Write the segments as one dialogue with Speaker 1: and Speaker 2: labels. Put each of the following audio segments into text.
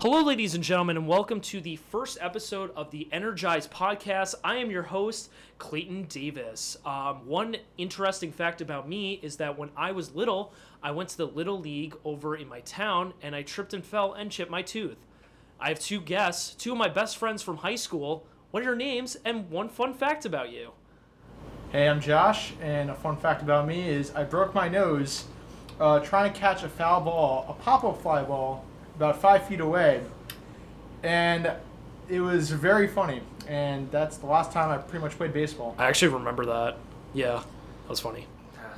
Speaker 1: Hello, ladies and gentlemen, and welcome to the first episode of the Energize Podcast. I am your host, Clayton Davis. Um, one interesting fact about me is that when I was little, I went to the Little League over in my town and I tripped and fell and chipped my tooth. I have two guests, two of my best friends from high school. What are your names and one fun fact about you?
Speaker 2: Hey, I'm Josh, and a fun fact about me is I broke my nose uh, trying to catch a foul ball, a pop up fly ball, about five feet away. And it was very funny, and that's the last time I pretty much played baseball.
Speaker 1: I actually remember that. Yeah, that was funny.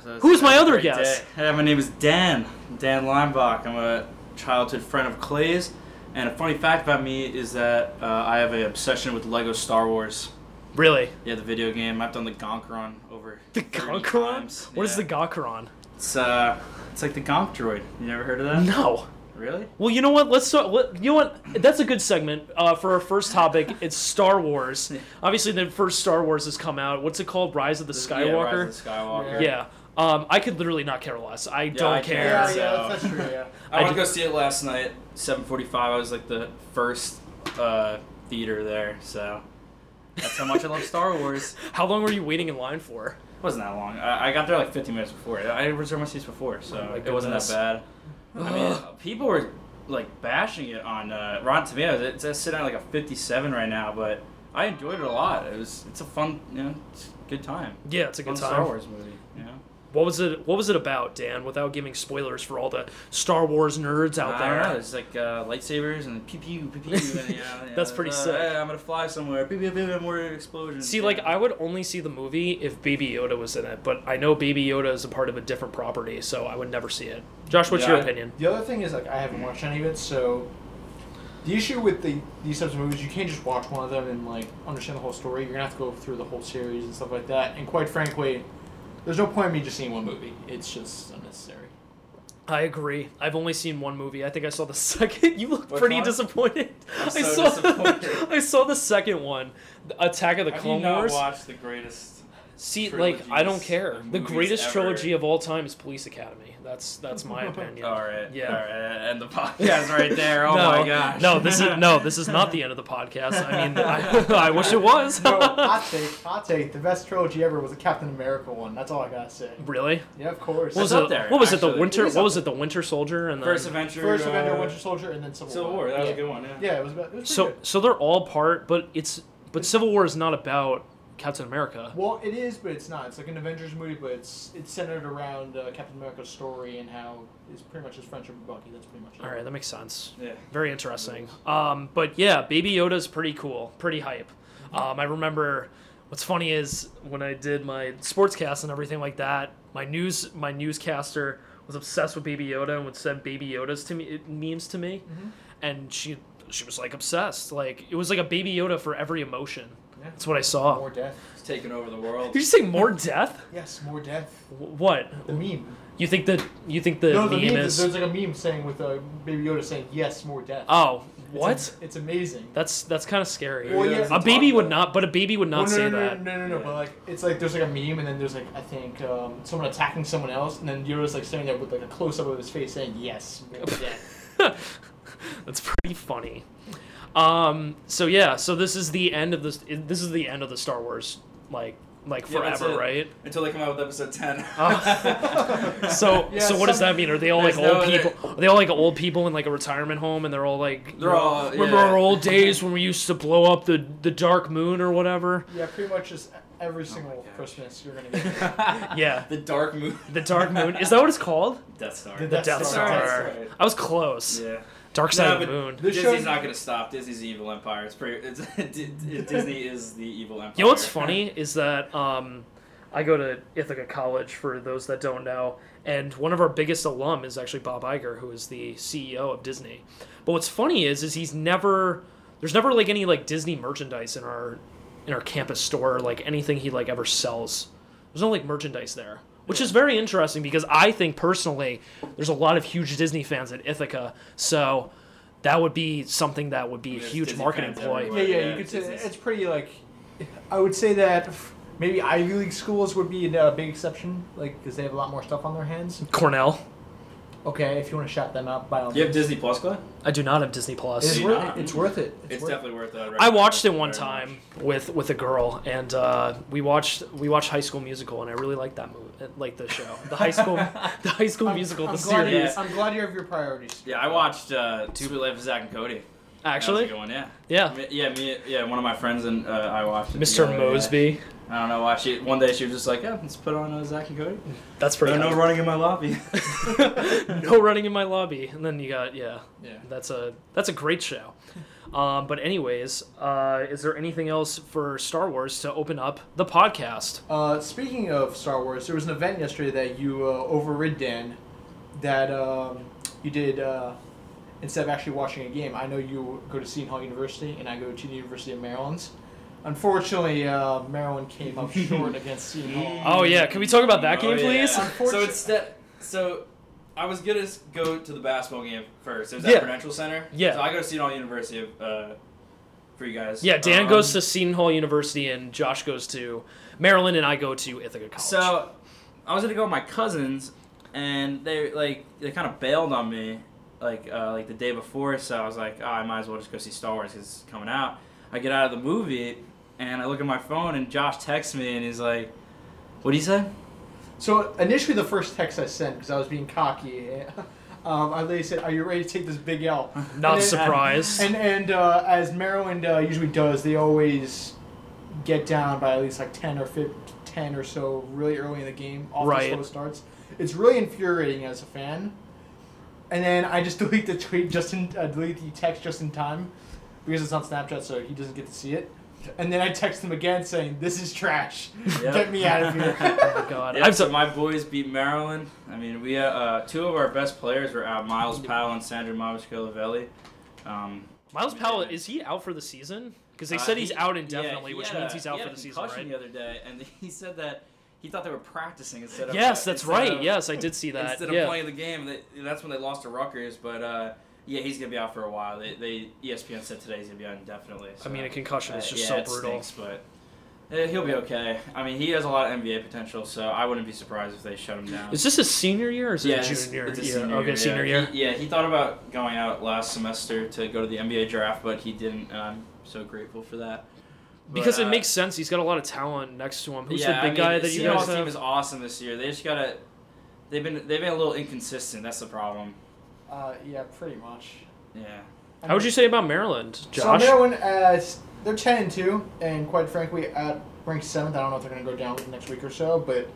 Speaker 3: So it's-
Speaker 1: Who's my
Speaker 3: that's a
Speaker 1: other
Speaker 3: great
Speaker 1: guest?
Speaker 3: day. Hey, my name is Dan. Dan Leinbach. I'm a childhood friend of Clay's. And a funny fact about me is that uh, I have an obsession with Lego Star Wars.
Speaker 1: Really?
Speaker 3: Yeah, the video game. I've done the Gonkeron over.
Speaker 1: The
Speaker 3: 30
Speaker 1: Gonkeron?
Speaker 3: times.
Speaker 1: What is
Speaker 3: Yeah.
Speaker 1: the Gonkeron?
Speaker 3: It's uh, it's like the Gonk droid. You never heard of that?
Speaker 1: No.
Speaker 3: Really?
Speaker 1: Well, you know what? Let's start. Let, you know what? That's a good segment uh, for our first topic. It's Star Wars. Obviously, the first Star Wars has come out. What's it called? Rise of the
Speaker 3: Yeah, Rise
Speaker 1: Skywalker.
Speaker 3: of the Skywalker.
Speaker 1: Yeah. Um, I could literally not care less. I don't
Speaker 3: I
Speaker 1: care.
Speaker 3: Yeah,
Speaker 2: Yeah,
Speaker 3: so-
Speaker 2: yeah, that's, that's true, yeah.
Speaker 3: I,
Speaker 1: I
Speaker 3: went
Speaker 1: did-
Speaker 3: to go see it last night, 7:45. I was like the first uh, theater there, so that's how much I love Star Wars.
Speaker 1: How long were you waiting in line for?
Speaker 3: It wasn't that long. I, I got there like 15 minutes before. I reserved my seats before, so
Speaker 1: Oh my
Speaker 3: it wasn't
Speaker 1: goodness.
Speaker 3: that bad. I mean, people were like bashing it on uh, Rotten Tomatoes. It's, it's sitting at like a 57 right now, but I enjoyed it a lot. It was it's a fun, you know, it's a good time.
Speaker 1: Yeah, it's a
Speaker 3: fun
Speaker 1: good
Speaker 3: Star
Speaker 1: time.
Speaker 3: Wars movie. You know?
Speaker 1: What was it? What was it about, Dan? Without giving spoilers for all the Star Wars nerds out
Speaker 3: I
Speaker 1: there.
Speaker 3: don't know. It's like uh, lightsabers and pew pew pew pew. And, you know, you
Speaker 1: That's
Speaker 3: know,
Speaker 1: pretty
Speaker 3: uh,
Speaker 1: sick.
Speaker 3: Hey, I'm gonna fly somewhere. Pew pew pew. pew, More explosions.
Speaker 1: See,
Speaker 3: you
Speaker 1: like
Speaker 3: know.
Speaker 1: I would only see the movie if Baby Yoda was in it, but I know Baby Yoda is a part of a different property, so I would never see it. Josh, what's
Speaker 3: Yeah,
Speaker 1: your
Speaker 3: I-
Speaker 1: opinion?
Speaker 2: The other thing is, like, I haven't watched any of it, so the issue with the these types of movies, you can't just watch one of them and, like, understand the whole story. You're going to have to go through the whole series and stuff like that, and quite frankly, there's no point in me just seeing one movie. It's just unnecessary.
Speaker 1: I agree. I've only seen one movie. I think I saw the second. You look
Speaker 3: Which
Speaker 1: pretty
Speaker 3: one?
Speaker 1: disappointed.
Speaker 3: I'm
Speaker 1: I
Speaker 3: so
Speaker 1: saw.
Speaker 3: disappointed.
Speaker 1: I saw the second one, The Attack of the
Speaker 3: Have you
Speaker 1: Clone
Speaker 3: not
Speaker 1: Wars.
Speaker 3: watched the greatest?
Speaker 1: See, like I don't
Speaker 3: trilogies
Speaker 1: care.
Speaker 3: of
Speaker 1: The
Speaker 3: movies
Speaker 1: greatest
Speaker 3: ever?
Speaker 1: trilogy of all time is Police Academy. That's that's my opinion.
Speaker 3: All right.
Speaker 1: Yeah.
Speaker 3: All right. End the podcast right there. Oh
Speaker 1: no,
Speaker 3: my gosh.
Speaker 1: no, this is no, this is not the end of the podcast. I mean, I, I wish it was.
Speaker 2: no, hot take, hot take. The best trilogy ever was the Captain America one. That's all I gotta say.
Speaker 1: really?
Speaker 2: Yeah, of course.
Speaker 1: What was,
Speaker 3: It's up
Speaker 1: it,
Speaker 3: there,
Speaker 1: what was it? The
Speaker 3: actually.
Speaker 1: Winter?
Speaker 2: It is
Speaker 1: What
Speaker 2: up
Speaker 1: was it? The Winter Soldier and then,
Speaker 3: First Avenger.
Speaker 2: First Avenger,
Speaker 3: uh,
Speaker 2: Winter Soldier, and then Civil,
Speaker 3: Civil
Speaker 2: War.
Speaker 3: War. That was
Speaker 2: yeah.
Speaker 3: a good one. Yeah.
Speaker 2: Yeah, it was. About, it was
Speaker 1: So
Speaker 2: pretty good.
Speaker 1: so they're all part, but it's but Civil War is not about Captain America.
Speaker 2: Well, it is, but it's not. It's like an Avengers movie, but it's it's centered around uh, Captain America's story and how it's pretty much his friendship with Bucky. That's pretty much it.
Speaker 1: All right, that makes sense.
Speaker 3: Yeah.
Speaker 1: Very interesting. Um, but yeah, Baby Yoda's pretty cool, pretty hype. Um, I remember. What's funny is when I did my sportscast and everything like that, my news my newscaster was obsessed with Baby Yoda and would send Baby Yodas to me memes to me,
Speaker 2: Mm-hmm.
Speaker 1: and she she was like obsessed. Like it was like a Baby Yoda for every emotion.
Speaker 2: Yeah.
Speaker 1: That's what I saw.
Speaker 2: More death.
Speaker 3: It's taking over the
Speaker 1: Did
Speaker 3: world.
Speaker 1: you say more death?
Speaker 2: Yes, more death.
Speaker 1: Wh- What?
Speaker 2: The meme.
Speaker 1: You think that you think the
Speaker 2: no, the
Speaker 1: meme
Speaker 2: meme
Speaker 1: is?
Speaker 2: There's like a meme saying with uh, Baby Yoda saying, "Yes, more death."
Speaker 1: Oh,
Speaker 2: It's am-
Speaker 1: what?
Speaker 2: it's amazing.
Speaker 1: That's that's kind of scary.
Speaker 2: Well, yeah.
Speaker 1: A baby would not, but a baby would not
Speaker 2: Well, no,
Speaker 1: say
Speaker 2: no, no,
Speaker 1: that.
Speaker 2: No, no, no,
Speaker 3: Yeah.
Speaker 2: But like, it's like there's like a meme, and then there's like I think um, someone attacking someone else, and then Yoda's like standing there with like a close up of his face saying yes. more death."
Speaker 1: That's pretty funny. Um. So yeah. So this is the end of this. This is the end of the Star Wars like like
Speaker 3: Yeah, that's
Speaker 1: forever,
Speaker 3: it.
Speaker 1: right?
Speaker 3: Until they come out with episode ten.
Speaker 1: Oh. So
Speaker 2: Yeah,
Speaker 1: so what does
Speaker 2: some-
Speaker 1: that mean? Are they all like
Speaker 3: There's
Speaker 1: old
Speaker 3: no-
Speaker 1: people? Are they all like old people in like a retirement home, and they're all like,
Speaker 3: They're all-
Speaker 1: remember
Speaker 3: yeah.
Speaker 1: our old days when we used to blow up the the dark moon or whatever?
Speaker 2: yeah, pretty much just every single
Speaker 3: gosh.
Speaker 2: Christmas you're gonna get
Speaker 1: Yeah.
Speaker 3: The Dark Moon.
Speaker 1: The dark moon is that what it's called?
Speaker 3: Death Star.
Speaker 2: The
Speaker 1: The
Speaker 2: Death
Speaker 1: Death
Speaker 2: Star.
Speaker 1: Star.
Speaker 3: Death Star.
Speaker 1: I was close.
Speaker 3: Yeah.
Speaker 1: Dark side
Speaker 3: No,
Speaker 1: of the
Speaker 3: but-
Speaker 1: moon.
Speaker 2: This
Speaker 3: Disney's
Speaker 2: show-
Speaker 3: not gonna stop. Disney's the evil empire. It's pretty. It's, Disney is the evil empire.
Speaker 1: You know what's funny is that um, I go to Ithaca College for those that don't know, and one of our biggest alum is actually Bob Iger, who is the CEO of Disney. But what's funny is is he's never there's never like any like Disney merchandise in our in our campus store, like anything he like ever sells. There's no like merchandise there. Which is very interesting because I think personally there's a lot of huge Disney fans at Ithaca, so that would be something that would be a
Speaker 3: There's
Speaker 1: huge
Speaker 3: Disney
Speaker 1: marketing
Speaker 3: fans
Speaker 1: ploy.
Speaker 3: everywhere.
Speaker 2: Yeah, yeah,
Speaker 3: Yeah,
Speaker 2: you could say
Speaker 3: Disney's-
Speaker 2: it's pretty like. I would say that f- maybe Ivy League schools would be a big exception, like because they have a lot more stuff on their hands.
Speaker 1: Cornell.
Speaker 2: Okay, if you want to shout them out, by all
Speaker 3: Do you have
Speaker 2: means.
Speaker 3: Disney Plus, Clay?
Speaker 1: I do not have Disney
Speaker 2: It's,
Speaker 1: Plus.
Speaker 3: Do you
Speaker 2: worth,
Speaker 3: not?
Speaker 2: it's worth it. It's,
Speaker 3: It's
Speaker 2: worth
Speaker 3: definitely worth it.
Speaker 1: I watched it one time with with a girl, and uh, we watched we watched High School Musical, and I really liked that movie, uh, like the show, the High School, the High School
Speaker 2: I'm-
Speaker 1: Musical,
Speaker 2: I'm
Speaker 1: the
Speaker 2: glad you-
Speaker 1: series.
Speaker 3: Yeah.
Speaker 2: I'm glad you have your priorities.
Speaker 3: Yeah, I watched uh, Two Life of Zach and Cody. that was a
Speaker 1: Actually,
Speaker 3: good one, yeah.
Speaker 1: yeah,
Speaker 3: Me- yeah, me, yeah. One of my friends and uh, I watched it.
Speaker 1: Mr.
Speaker 3: together, yeah.
Speaker 1: Mosby.
Speaker 3: I don't know why she. One day she was just like, "Yeah, let's put on uh, Zach and Cody."
Speaker 1: That's pretty.
Speaker 3: no, no
Speaker 1: No,
Speaker 3: running in my lobby.
Speaker 1: no running in my lobby, and then you got yeah.
Speaker 2: Yeah.
Speaker 1: That's a that's a great show. Um, but anyways, uh, is there anything else for Star Wars to open up the podcast?
Speaker 2: Uh, speaking of Star Wars, there was an event yesterday that you uh, overrid Dan, that um, you did uh, instead of actually watching a game. I know you go to Seton Hall University, and I go to the University of Maryland. Unfortunately, uh, Maryland came up short against Seton Hall.
Speaker 1: Oh yeah, can we talk about that
Speaker 3: Oh,
Speaker 1: game,
Speaker 3: yeah.
Speaker 1: please?
Speaker 3: So it's that. So I was gonna s- go to the basketball game first. It was at
Speaker 1: Yeah.
Speaker 3: Prudential Center.
Speaker 1: Yeah.
Speaker 3: So I go to Seton Hall University of, uh, for you guys.
Speaker 1: Yeah, Dan
Speaker 3: Um,
Speaker 1: goes to Seton Hall University, and Josh goes to Maryland, and I go to Ithaca College.
Speaker 3: So I was gonna go with my cousins, and they like they kind of bailed on me, like uh, like the day before. So I was like, oh, I might as well just go see Star Wars 'cause it's coming out. I get out of the movie, and I look at my phone, and Josh texts me, and he's like, "What do you say?"
Speaker 2: So initially, the first text I sent because I was being cocky. eh, Um, I literally said, "Are you ready to take this big L?"
Speaker 1: not
Speaker 2: And-
Speaker 1: surprised.
Speaker 2: And and uh, as Maryland uh, usually does, they always get down by at least like ten or 15, ten or so really early in the game. Off
Speaker 1: Right.
Speaker 2: the slow starts. It's really infuriating as a fan. And then I just delete the tweet just in uh, delete the text just in time because it's on Snapchat, so he doesn't get to see it. And then I text him again saying, "This is trash.
Speaker 3: Yep.
Speaker 2: Get me out of here."
Speaker 1: oh my God,
Speaker 3: Yeah,
Speaker 1: I've
Speaker 3: so
Speaker 1: done-
Speaker 3: my boys beat Maryland. I mean, we uh, uh, two of our best players were out, Miles Powell and Sandra Mamascalavelli. Um,
Speaker 1: Miles Powell is he out for the season? Because they
Speaker 3: uh,
Speaker 1: said he's
Speaker 3: he-
Speaker 1: out
Speaker 3: yeah,
Speaker 1: indefinitely,
Speaker 3: he
Speaker 1: which
Speaker 3: had a-
Speaker 1: means he's out
Speaker 3: he
Speaker 1: for
Speaker 3: had
Speaker 1: the
Speaker 3: a
Speaker 1: season,
Speaker 3: concussion
Speaker 1: right?
Speaker 3: The other day, and he said that he thought they were practicing instead of
Speaker 1: Yes,
Speaker 3: uh,
Speaker 1: that's
Speaker 3: instead
Speaker 1: right.
Speaker 3: of-
Speaker 1: yes, I did see that.
Speaker 3: Instead of
Speaker 1: Yeah.
Speaker 3: playing the game, they, that's when they lost to Rutgers. But uh, yeah, he's gonna be out for a while. They, they E ESPN said today he's gonna be out indefinitely.
Speaker 1: I
Speaker 3: so,
Speaker 1: mean, a concussion is
Speaker 3: uh,
Speaker 1: just
Speaker 3: yeah, it
Speaker 1: so brutal.
Speaker 3: Stinks, but. eh, He'll be okay. I mean, he has a lot of NBA potential, so I wouldn't be surprised if they shut him down
Speaker 1: Is this his senior year or is it a
Speaker 3: it's-
Speaker 1: junior?
Speaker 3: it's a
Speaker 1: yeah,
Speaker 3: senior
Speaker 1: okay,
Speaker 3: year,
Speaker 1: senior
Speaker 3: yeah.
Speaker 1: year.
Speaker 3: He, yeah, he thought about going out last semester to go to the NBA draft, but he didn't. and I'm so grateful for that. But,
Speaker 1: Because
Speaker 3: uh,
Speaker 1: it makes sense. He's got a lot of talent next to him. Who's
Speaker 3: yeah,
Speaker 1: the big
Speaker 3: I mean,
Speaker 1: guy that you
Speaker 3: Seahawks
Speaker 1: guys
Speaker 3: team
Speaker 1: have?
Speaker 3: is awesome this year. They just gotta. They've been they've been a little inconsistent. That's the problem.
Speaker 2: uh, yeah, pretty much.
Speaker 3: Yeah.
Speaker 1: How would you say about Maryland, Josh?
Speaker 2: So Maryland, uh, s- they're ten and two, and quite frankly, at ranked seventh. I don't know if they're going to go down next week or so, but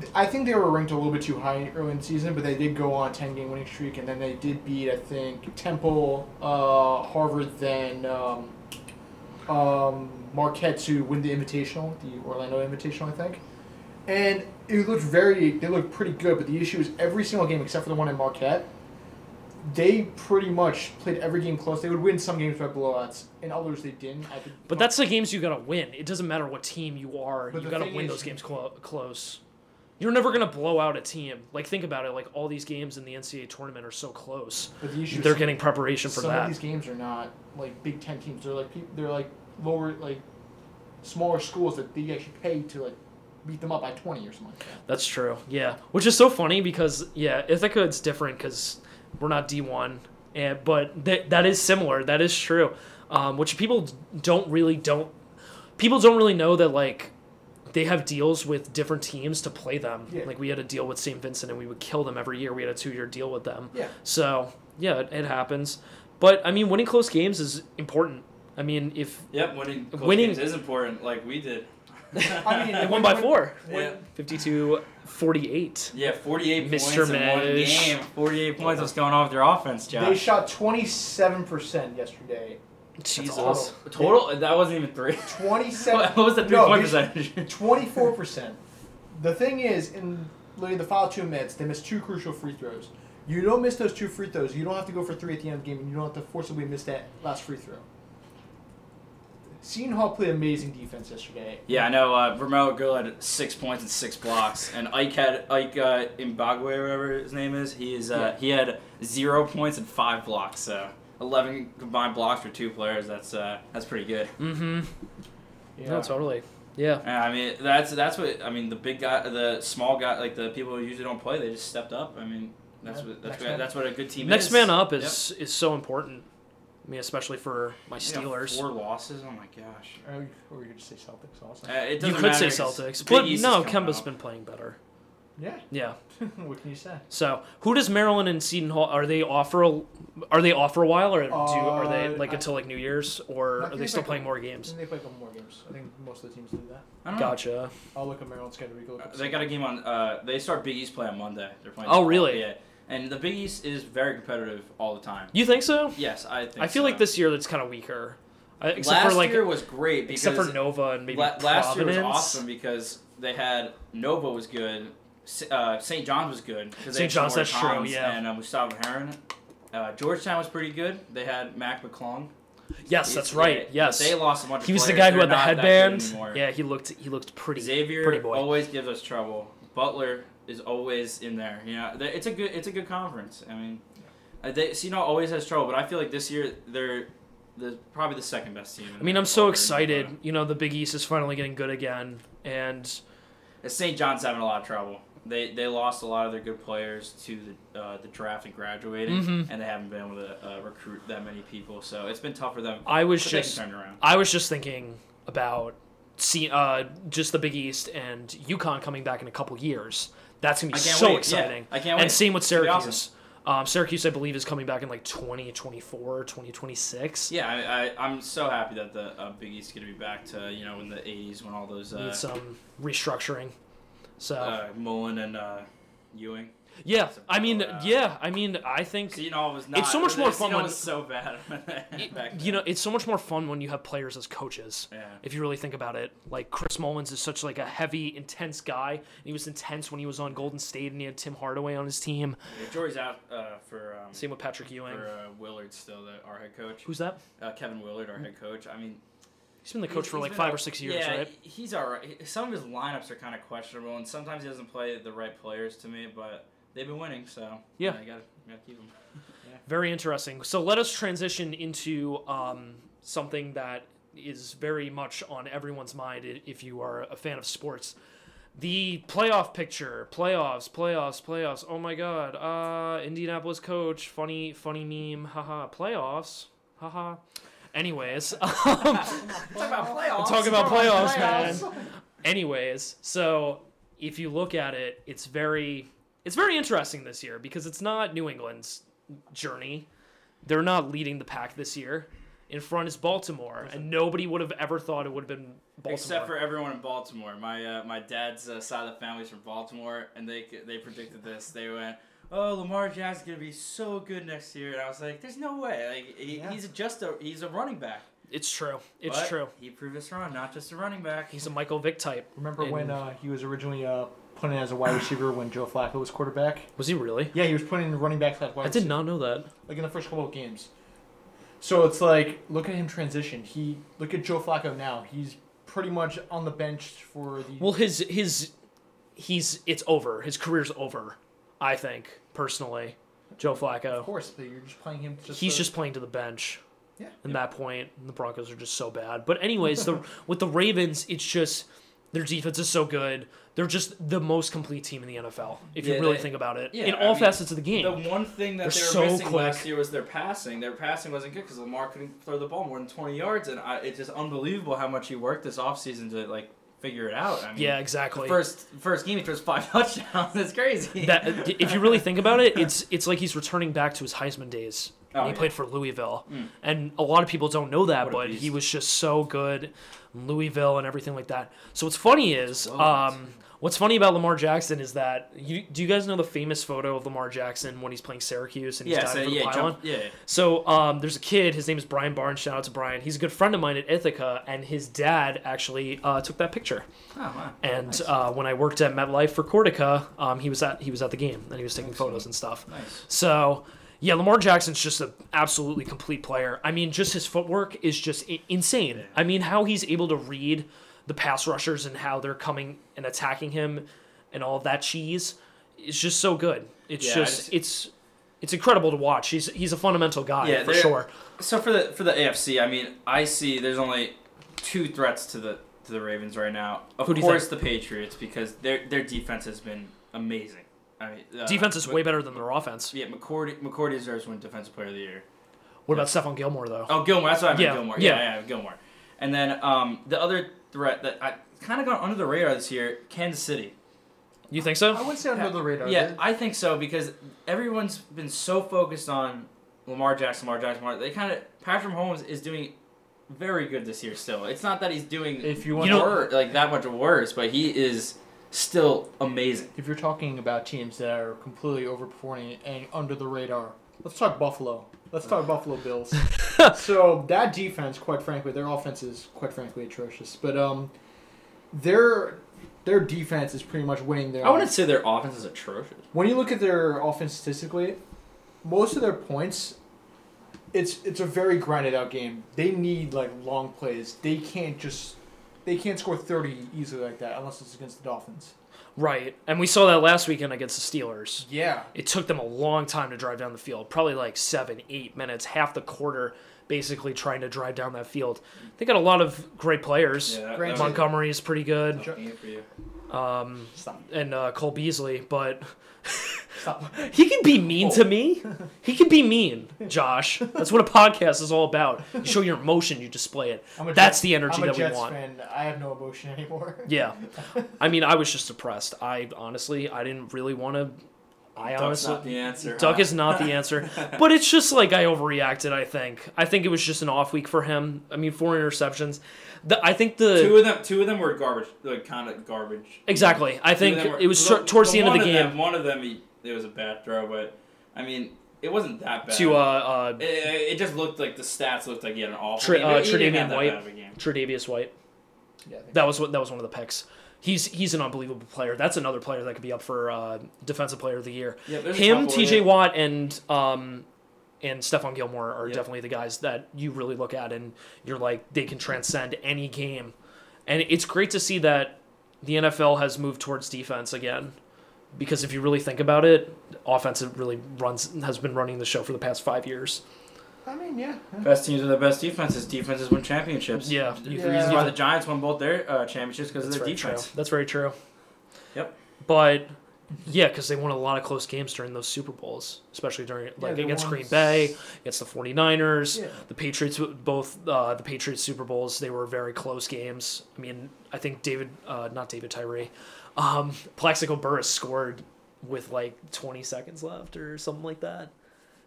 Speaker 2: th- I think they were ranked a little bit too high early in the season. But they did go on a ten game winning streak, and then they did beat I think Temple, uh, Harvard, then um, um, Marquette to win the Invitational, the Orlando Invitational, I think. And it looked very, they looked pretty good. But the issue is every single game except for the one in Marquette they pretty much played every game close. They would win some games by blowouts, and others they didn't. I could,
Speaker 1: But that's the games you gotta win. It doesn't matter what team you are.
Speaker 2: But
Speaker 1: you
Speaker 2: the
Speaker 1: gotta
Speaker 2: thing
Speaker 1: win
Speaker 2: is-
Speaker 1: those games clo- close. You're never gonna blow out a team. Like think about it. Like all these games in the NCAA tournament are so close.
Speaker 2: But the issue is
Speaker 1: They're getting preparation for
Speaker 2: some of
Speaker 1: that.
Speaker 2: these games are not like Big Ten teams. They're like peop- they're like lower like smaller schools that they actually pay to like beat them up by twenty or something like that.
Speaker 1: That's true. Yeah, which is so funny because yeah, Ithaca it's different because we're not D one, and but that that is similar. That is true. Um, which people don't really don't people don't really know that like they have deals with different teams to play them.
Speaker 2: Yeah.
Speaker 1: Like we had a deal with St. Vincent and we would kill them every year. We had a two year deal with them.
Speaker 2: Yeah.
Speaker 1: So yeah, it, it happens. But I mean, winning close games is important. I mean, if
Speaker 3: Yep. Winning. Close
Speaker 1: Winning-
Speaker 3: games is important. Like we did.
Speaker 2: I mean,
Speaker 1: they won by four,
Speaker 3: Yeah.
Speaker 1: 52 48.
Speaker 3: Yeah,
Speaker 1: Mr.
Speaker 3: 48 points in one
Speaker 1: Mesh.
Speaker 3: game. 48 points. What's going on with their offense, Josh?
Speaker 2: They shot twenty seven percent yesterday.
Speaker 1: Jesus.
Speaker 2: awesome.
Speaker 3: Total? That wasn't even three.
Speaker 2: Twenty seven.
Speaker 3: what was the three point percentage?
Speaker 2: Twenty four percent. The thing is, in literally the final two minutes, they missed two crucial free throws. You don't miss those two free throws. You don't have to go for three at the end of the game, and you don't have to forcibly miss that last free throw. Seton Hall played amazing defense yesterday.
Speaker 3: Yeah, I know. Uh, Vermel Gill had six points and six blocks, and Ike had Ike uh, Mbagwe, whatever his name is. He is uh, he had zero points and five blocks, so eleven combined blocks for two players. That's uh, that's pretty good.
Speaker 1: Mm hmm.
Speaker 2: Yeah.
Speaker 1: No, totally. Yeah.
Speaker 3: And, I mean, that's that's what I mean. The big guy, the small guy, like the people who usually don't play, they just stepped up. I mean, that's
Speaker 2: Yeah.
Speaker 3: what that's
Speaker 2: Next
Speaker 3: what,
Speaker 2: man-
Speaker 3: that's what a good team
Speaker 1: Next
Speaker 3: is.
Speaker 1: man up is is so important. I mean, especially for my
Speaker 3: You know,
Speaker 1: Steelers.
Speaker 3: four losses. Oh my gosh.
Speaker 2: Or you- or you could just say Celtics also.
Speaker 3: Uh, it doesn't
Speaker 1: you could
Speaker 3: matter
Speaker 1: say
Speaker 3: 'cause
Speaker 1: Celtics,
Speaker 3: the Big
Speaker 1: but
Speaker 3: East is
Speaker 1: no,
Speaker 3: coming
Speaker 1: Kemba's
Speaker 3: up.
Speaker 1: been playing better.
Speaker 2: Yeah.
Speaker 1: Yeah.
Speaker 2: what can you say?
Speaker 1: So, who does Maryland and Seton Hall are they off for? a- Are they off for a while, or do are they
Speaker 2: Uh,
Speaker 1: like
Speaker 2: I-
Speaker 1: until like New Year's, or
Speaker 2: I
Speaker 1: are they
Speaker 2: think
Speaker 1: still
Speaker 2: they-
Speaker 1: playing more games?
Speaker 2: And they play a couple more games. I think most of the teams do that.
Speaker 3: I don't know.
Speaker 1: Gotcha.
Speaker 2: I'll look at Maryland's schedule. We can look
Speaker 3: Uh,
Speaker 2: at
Speaker 3: They got a game on. Uh, they start Big East play on Monday. They're playing.
Speaker 1: Oh, really?
Speaker 3: Yeah. And the Big East is very competitive all the time.
Speaker 1: You think so?
Speaker 3: Yes, I think.
Speaker 1: I feel
Speaker 3: so.
Speaker 1: like this year that's kind of weaker, I- except
Speaker 3: last
Speaker 1: for like
Speaker 3: year was great because
Speaker 1: except for Nova and maybe
Speaker 3: la- last year was
Speaker 1: Providence.
Speaker 3: awesome because they had Nova was good, S- uh, St. John's was good. 'cause they
Speaker 1: St.
Speaker 3: had
Speaker 1: John's,
Speaker 3: Shamar
Speaker 1: that's true,
Speaker 3: Thomas
Speaker 1: yeah.
Speaker 3: And uh, Mustafa Heron. Uh, Georgetown was pretty good. They had Mac McClung.
Speaker 1: Yes, that's right.
Speaker 3: But
Speaker 1: Yes,
Speaker 3: they lost a bunch.
Speaker 1: he
Speaker 3: of
Speaker 1: was the guy
Speaker 3: players.
Speaker 1: who
Speaker 3: They're
Speaker 1: had the
Speaker 3: not that good
Speaker 1: headband.
Speaker 3: anymore.
Speaker 1: Yeah, he looked he looked pretty.
Speaker 3: Xavier
Speaker 1: pretty boy.
Speaker 3: always gives us trouble. Butler is always in there. You know, They- it's a good it's a good conference. I mean, uh, they Sino always has trouble, but I feel like this year they're the probably the second best team. in
Speaker 1: I mean,
Speaker 3: the
Speaker 1: I'm so
Speaker 3: Butler.
Speaker 1: excited. You know, the Big East is finally getting good again, and
Speaker 3: Uh, St. John's having a lot of trouble. They they lost a lot of their good players to the uh, the draft and graduating,
Speaker 1: Mhm.
Speaker 3: and they haven't been able to uh, recruit that many people. So it's been tough for them.
Speaker 1: I was
Speaker 3: But they can
Speaker 1: just
Speaker 3: turn around.
Speaker 1: I was just thinking about see uh just the Big East and UConn coming back in a couple years. That's gonna be
Speaker 3: I can't
Speaker 1: so
Speaker 3: wait. Yeah,
Speaker 1: exciting.
Speaker 3: I can't
Speaker 1: And
Speaker 3: wait.
Speaker 1: same with
Speaker 3: It's gonna be
Speaker 1: Syracuse.
Speaker 3: awesome.
Speaker 1: Um, Syracuse, I believe, is coming back in like 2024, 2026.
Speaker 3: Yeah, I, I I'm so happy that the uh, Big East is gonna be back to you know in the '80s when all those uh,
Speaker 1: Need some restructuring. So
Speaker 3: uh, Mullen and uh, Ewing.
Speaker 1: yeah,
Speaker 3: it's a
Speaker 1: I mean,
Speaker 3: blowout.
Speaker 1: yeah, I mean, I think
Speaker 3: So, you know, it was not.
Speaker 1: so much more
Speaker 3: Ceno
Speaker 1: fun when-
Speaker 3: was so bad. back
Speaker 1: you
Speaker 3: then.
Speaker 1: know it's so much more fun when you have players as coaches.
Speaker 3: Yeah.
Speaker 1: if you really think about it. Like Chris Mullins is such like a heavy, intense guy. And he was intense when he was on Golden State, and he had Tim Hardaway on his team.
Speaker 3: Yeah, Jory's out uh, for um,
Speaker 1: Same with Patrick Ewing.
Speaker 3: for uh, Willard still, the, our head coach.
Speaker 1: Who's that?
Speaker 3: Uh, Kevin Willard, our head coach. I mean,
Speaker 1: He's been the
Speaker 3: he's-
Speaker 1: coach for
Speaker 3: he's
Speaker 1: like
Speaker 3: been
Speaker 1: five
Speaker 3: a-
Speaker 1: or six years,
Speaker 3: yeah,
Speaker 1: right?
Speaker 3: he- He's all right. He- Some of his lineups are kind of questionable, and sometimes he doesn't play the right players to me. But they've been winning, so
Speaker 1: Yeah.
Speaker 3: you gotta, you gotta keep him.
Speaker 1: Very interesting. So let us transition into um, something that is very much on everyone's mind i- if you are a fan of sports. The playoff picture, playoffs, playoffs, playoffs. Oh my God! Uh, Indianapolis coach, funny, funny meme, haha. Playoffs, haha. Anyways, um,
Speaker 3: Talk about playoffs.
Speaker 1: Talk about
Speaker 2: Playoffs,
Speaker 1: playoffs, man. Anyways, so if you look at it, it's very it's very interesting this year because it's not New England's journey. They're not leading the pack this year. In front is Baltimore, and nobody would have ever thought it would have been Baltimore.
Speaker 3: Except for everyone in Baltimore. My uh, my dad's uh, side of the family's from Baltimore, and they they predicted this. They went, "Oh, Lamar Jackson's gonna be so good next year," and I was like, "There's no way. Like he,
Speaker 2: Yeah.
Speaker 3: he's just a he's a running back."
Speaker 1: it's true. It's
Speaker 3: But
Speaker 1: true.
Speaker 3: He proved us wrong. Not just a running back.
Speaker 1: He's a Michael Vick type.
Speaker 2: Remember when
Speaker 1: And-
Speaker 2: uh, he was originally uh, put in as a wide receiver when Joe Flacco was quarterback?
Speaker 1: Was he really?
Speaker 2: Yeah, he was put in running back slash wide
Speaker 1: I
Speaker 2: receiver.
Speaker 1: did not know that.
Speaker 2: Like in the first couple of games. So it's like, look at him transition. He Look at Joe Flacco now. He's pretty much on the bench for the.
Speaker 1: Well, his his he's it's over. His career's over. I think personally, Joe
Speaker 2: of
Speaker 1: Flacco.
Speaker 2: course, but you're just playing him. Just
Speaker 1: he's
Speaker 2: for-
Speaker 1: just playing to the bench.
Speaker 2: Yeah.
Speaker 1: At that point, and the Broncos are just so bad. But anyways, the with the Ravens, it's just their defense is so good. They're just the most complete team in the NFL. If
Speaker 3: Yeah,
Speaker 1: you really
Speaker 3: they-
Speaker 1: think about it,
Speaker 3: yeah,
Speaker 1: in
Speaker 3: I
Speaker 1: all
Speaker 3: mean,
Speaker 1: facets of the game.
Speaker 3: The one thing that
Speaker 1: They're
Speaker 3: they were
Speaker 1: so
Speaker 3: missing
Speaker 1: quick.
Speaker 3: last year was their passing. Their passing wasn't good because Lamar couldn't throw the ball more than 20 yards, and I, it's just unbelievable how much he worked this offseason to like figure it out. I mean,
Speaker 1: yeah,
Speaker 3: the
Speaker 1: exactly.
Speaker 3: first first game he throws five touchdowns. That's crazy.
Speaker 1: that if you really think about it, it's it's like he's returning back to his Heisman days.
Speaker 3: Oh,
Speaker 1: he
Speaker 3: yeah.
Speaker 1: played for Louisville,
Speaker 3: Mm.
Speaker 1: and a lot of people don't know that,
Speaker 3: What
Speaker 1: but
Speaker 3: a
Speaker 1: he
Speaker 3: beast.
Speaker 1: was just so good, in Louisville and everything like that. So what's funny is,
Speaker 3: Well, that's-
Speaker 1: um, what's funny about Lamar Jackson is that you do you guys know the famous photo of Lamar Jackson when he's playing Syracuse and he's
Speaker 3: yeah,
Speaker 1: diving
Speaker 3: so,
Speaker 1: for the
Speaker 3: yeah,
Speaker 1: pylon?
Speaker 3: jump, yeah, yeah.
Speaker 1: So um, there's a kid. His name is Brian Barnes. Shout out to Brian. He's a good friend of mine at Ithaca, and his dad actually uh, took that picture.
Speaker 3: Oh, wow.
Speaker 1: And uh, when I worked at MetLife for Cortica, um, he was at he was at the game and he was taking photos and stuff.
Speaker 3: Nice.
Speaker 1: So yeah, Lamar Jackson's just an absolutely complete player. I mean, just his footwork is just i- insane. I mean, how he's able to read the pass rushers and how they're coming and attacking him and all that cheese is just so good. It's
Speaker 3: Yeah, I
Speaker 1: just,
Speaker 3: just-
Speaker 1: it's it's incredible to watch. He's he's a fundamental guy
Speaker 3: Yeah,
Speaker 1: for
Speaker 3: they're-
Speaker 1: sure.
Speaker 3: So for the for the AFC, I mean, I see there's only two threats to the to the Ravens right now. Of
Speaker 1: Who do you
Speaker 3: course, the Patriots because their their defense has been amazing. I mean, uh,
Speaker 1: Defense is
Speaker 3: Mc-
Speaker 1: way better than their offense.
Speaker 3: Yeah, McCourty McCourty deserves to win Defensive Player of the Year.
Speaker 1: What about Stephon Gilmore though?
Speaker 3: Oh, Gilmore. That's what I meant.
Speaker 1: Yeah,
Speaker 3: Gilmore. Yeah,
Speaker 1: yeah.
Speaker 3: yeah, Gilmore. And then um, the other threat that I kind of got under the radar this year, Kansas City.
Speaker 1: You think so?
Speaker 2: I would say under the radar.
Speaker 3: Yeah,
Speaker 2: They-
Speaker 3: I think so because everyone's been so focused on Lamar Jackson, Lamar Jackson, Lamar. They kind of Patrick Mahomes is doing very good this year. Still, it's not that he's doing
Speaker 2: If you
Speaker 1: want-
Speaker 2: want,
Speaker 1: You know-
Speaker 3: wor- like that much worse, but he is still amazing.
Speaker 2: if you're talking about teams that are completely overperforming and under the radar, let's talk Buffalo. Let's talk Buffalo Bills. so that defense, quite frankly, their offense is quite frankly atrocious. But um, their their defense is pretty much winning their.
Speaker 3: I wouldn't say their offense is atrocious.
Speaker 2: when you look at their offense statistically, most of their points, it's it's a very grinded out game. They need like long plays. They can't just they can't score thirty easily like that unless it's against the Dolphins.
Speaker 1: Right. And we saw that last weekend against the Steelers.
Speaker 2: Yeah.
Speaker 1: It took them a long time to drive down the field, probably like seven, eight minutes, half the quarter, basically trying to drive down that field. They got a lot of great players.
Speaker 3: Yeah,
Speaker 2: Granted-
Speaker 3: that
Speaker 1: Montgomery is pretty
Speaker 3: was a
Speaker 1: good,
Speaker 3: tough game for you.
Speaker 1: um,
Speaker 2: Stop.
Speaker 1: and uh, Cole Beasley, but
Speaker 2: Stop. Oh.
Speaker 1: he can be mean to me. He can be mean, Josh. That's what a podcast is all about. You show your emotion, you display it.
Speaker 2: I'm a
Speaker 1: That's
Speaker 2: Jets-
Speaker 1: the energy
Speaker 2: I'm a
Speaker 1: that we
Speaker 2: Jets
Speaker 1: want.
Speaker 2: Fan. I have no emotion anymore.
Speaker 1: Yeah. I mean, I was just depressed. I honestly, I didn't really want to. I
Speaker 3: Duck's
Speaker 1: honestly.
Speaker 3: not the answer.
Speaker 1: Duck
Speaker 3: huh?
Speaker 1: is not the answer. but it's just like I overreacted, I think. I think it was just an off week for him. I mean, four interceptions. The, I think the.
Speaker 3: Two of them, two of them were garbage, like kind of garbage.
Speaker 1: exactly. I think
Speaker 3: Two of them were-
Speaker 1: it was shor- towards the, end of
Speaker 3: one
Speaker 1: the game
Speaker 3: them- one of them, he, it was a bad throw, but I mean, it wasn't that bad.
Speaker 1: to uh, uh,
Speaker 3: it, it it just looked like the stats looked like he had an awful.
Speaker 1: Tre-
Speaker 3: game.
Speaker 1: uh,
Speaker 3: He didn't
Speaker 1: Tre'Davion
Speaker 3: have that
Speaker 1: White.
Speaker 3: bad of a game.
Speaker 1: Tredavious White.
Speaker 2: Yeah, I think-
Speaker 1: That was what that was one of the picks. He's he's an unbelievable player. That's another player that could be up for uh, defensive player of the year.
Speaker 3: Yeah, there's a
Speaker 1: Him,
Speaker 3: couple,
Speaker 1: T.J.
Speaker 3: yeah.
Speaker 1: Watt, and um, and Stephon Gilmore are
Speaker 3: Yeah.
Speaker 1: definitely the guys that you really look at and you're like they can transcend any game, and it's great to see that the NFL has moved towards defense again. Because if you really think about it, offense really runs has been running the show for the past five years.
Speaker 2: I mean, yeah. yeah.
Speaker 3: Best teams are the best defenses. Defenses win championships.
Speaker 1: Yeah,
Speaker 3: The
Speaker 1: you-
Speaker 2: Yeah.
Speaker 3: reason why the Giants won both their uh, championships because of
Speaker 1: That's
Speaker 3: their
Speaker 1: very
Speaker 3: defense.
Speaker 1: true. That's very true.
Speaker 3: Yep.
Speaker 1: But yeah, because they won a lot of close games during those Super Bowls, especially during like
Speaker 2: they
Speaker 1: against
Speaker 2: won
Speaker 1: Green
Speaker 2: s-
Speaker 1: Bay, against the 49ers,
Speaker 2: Yeah.
Speaker 1: the Patriots. Both uh, the Patriots Super Bowls, they were very close games. I mean, I think David, uh, not David Tyree, um, Plaxico Burris scored with like 20 seconds left or something like that.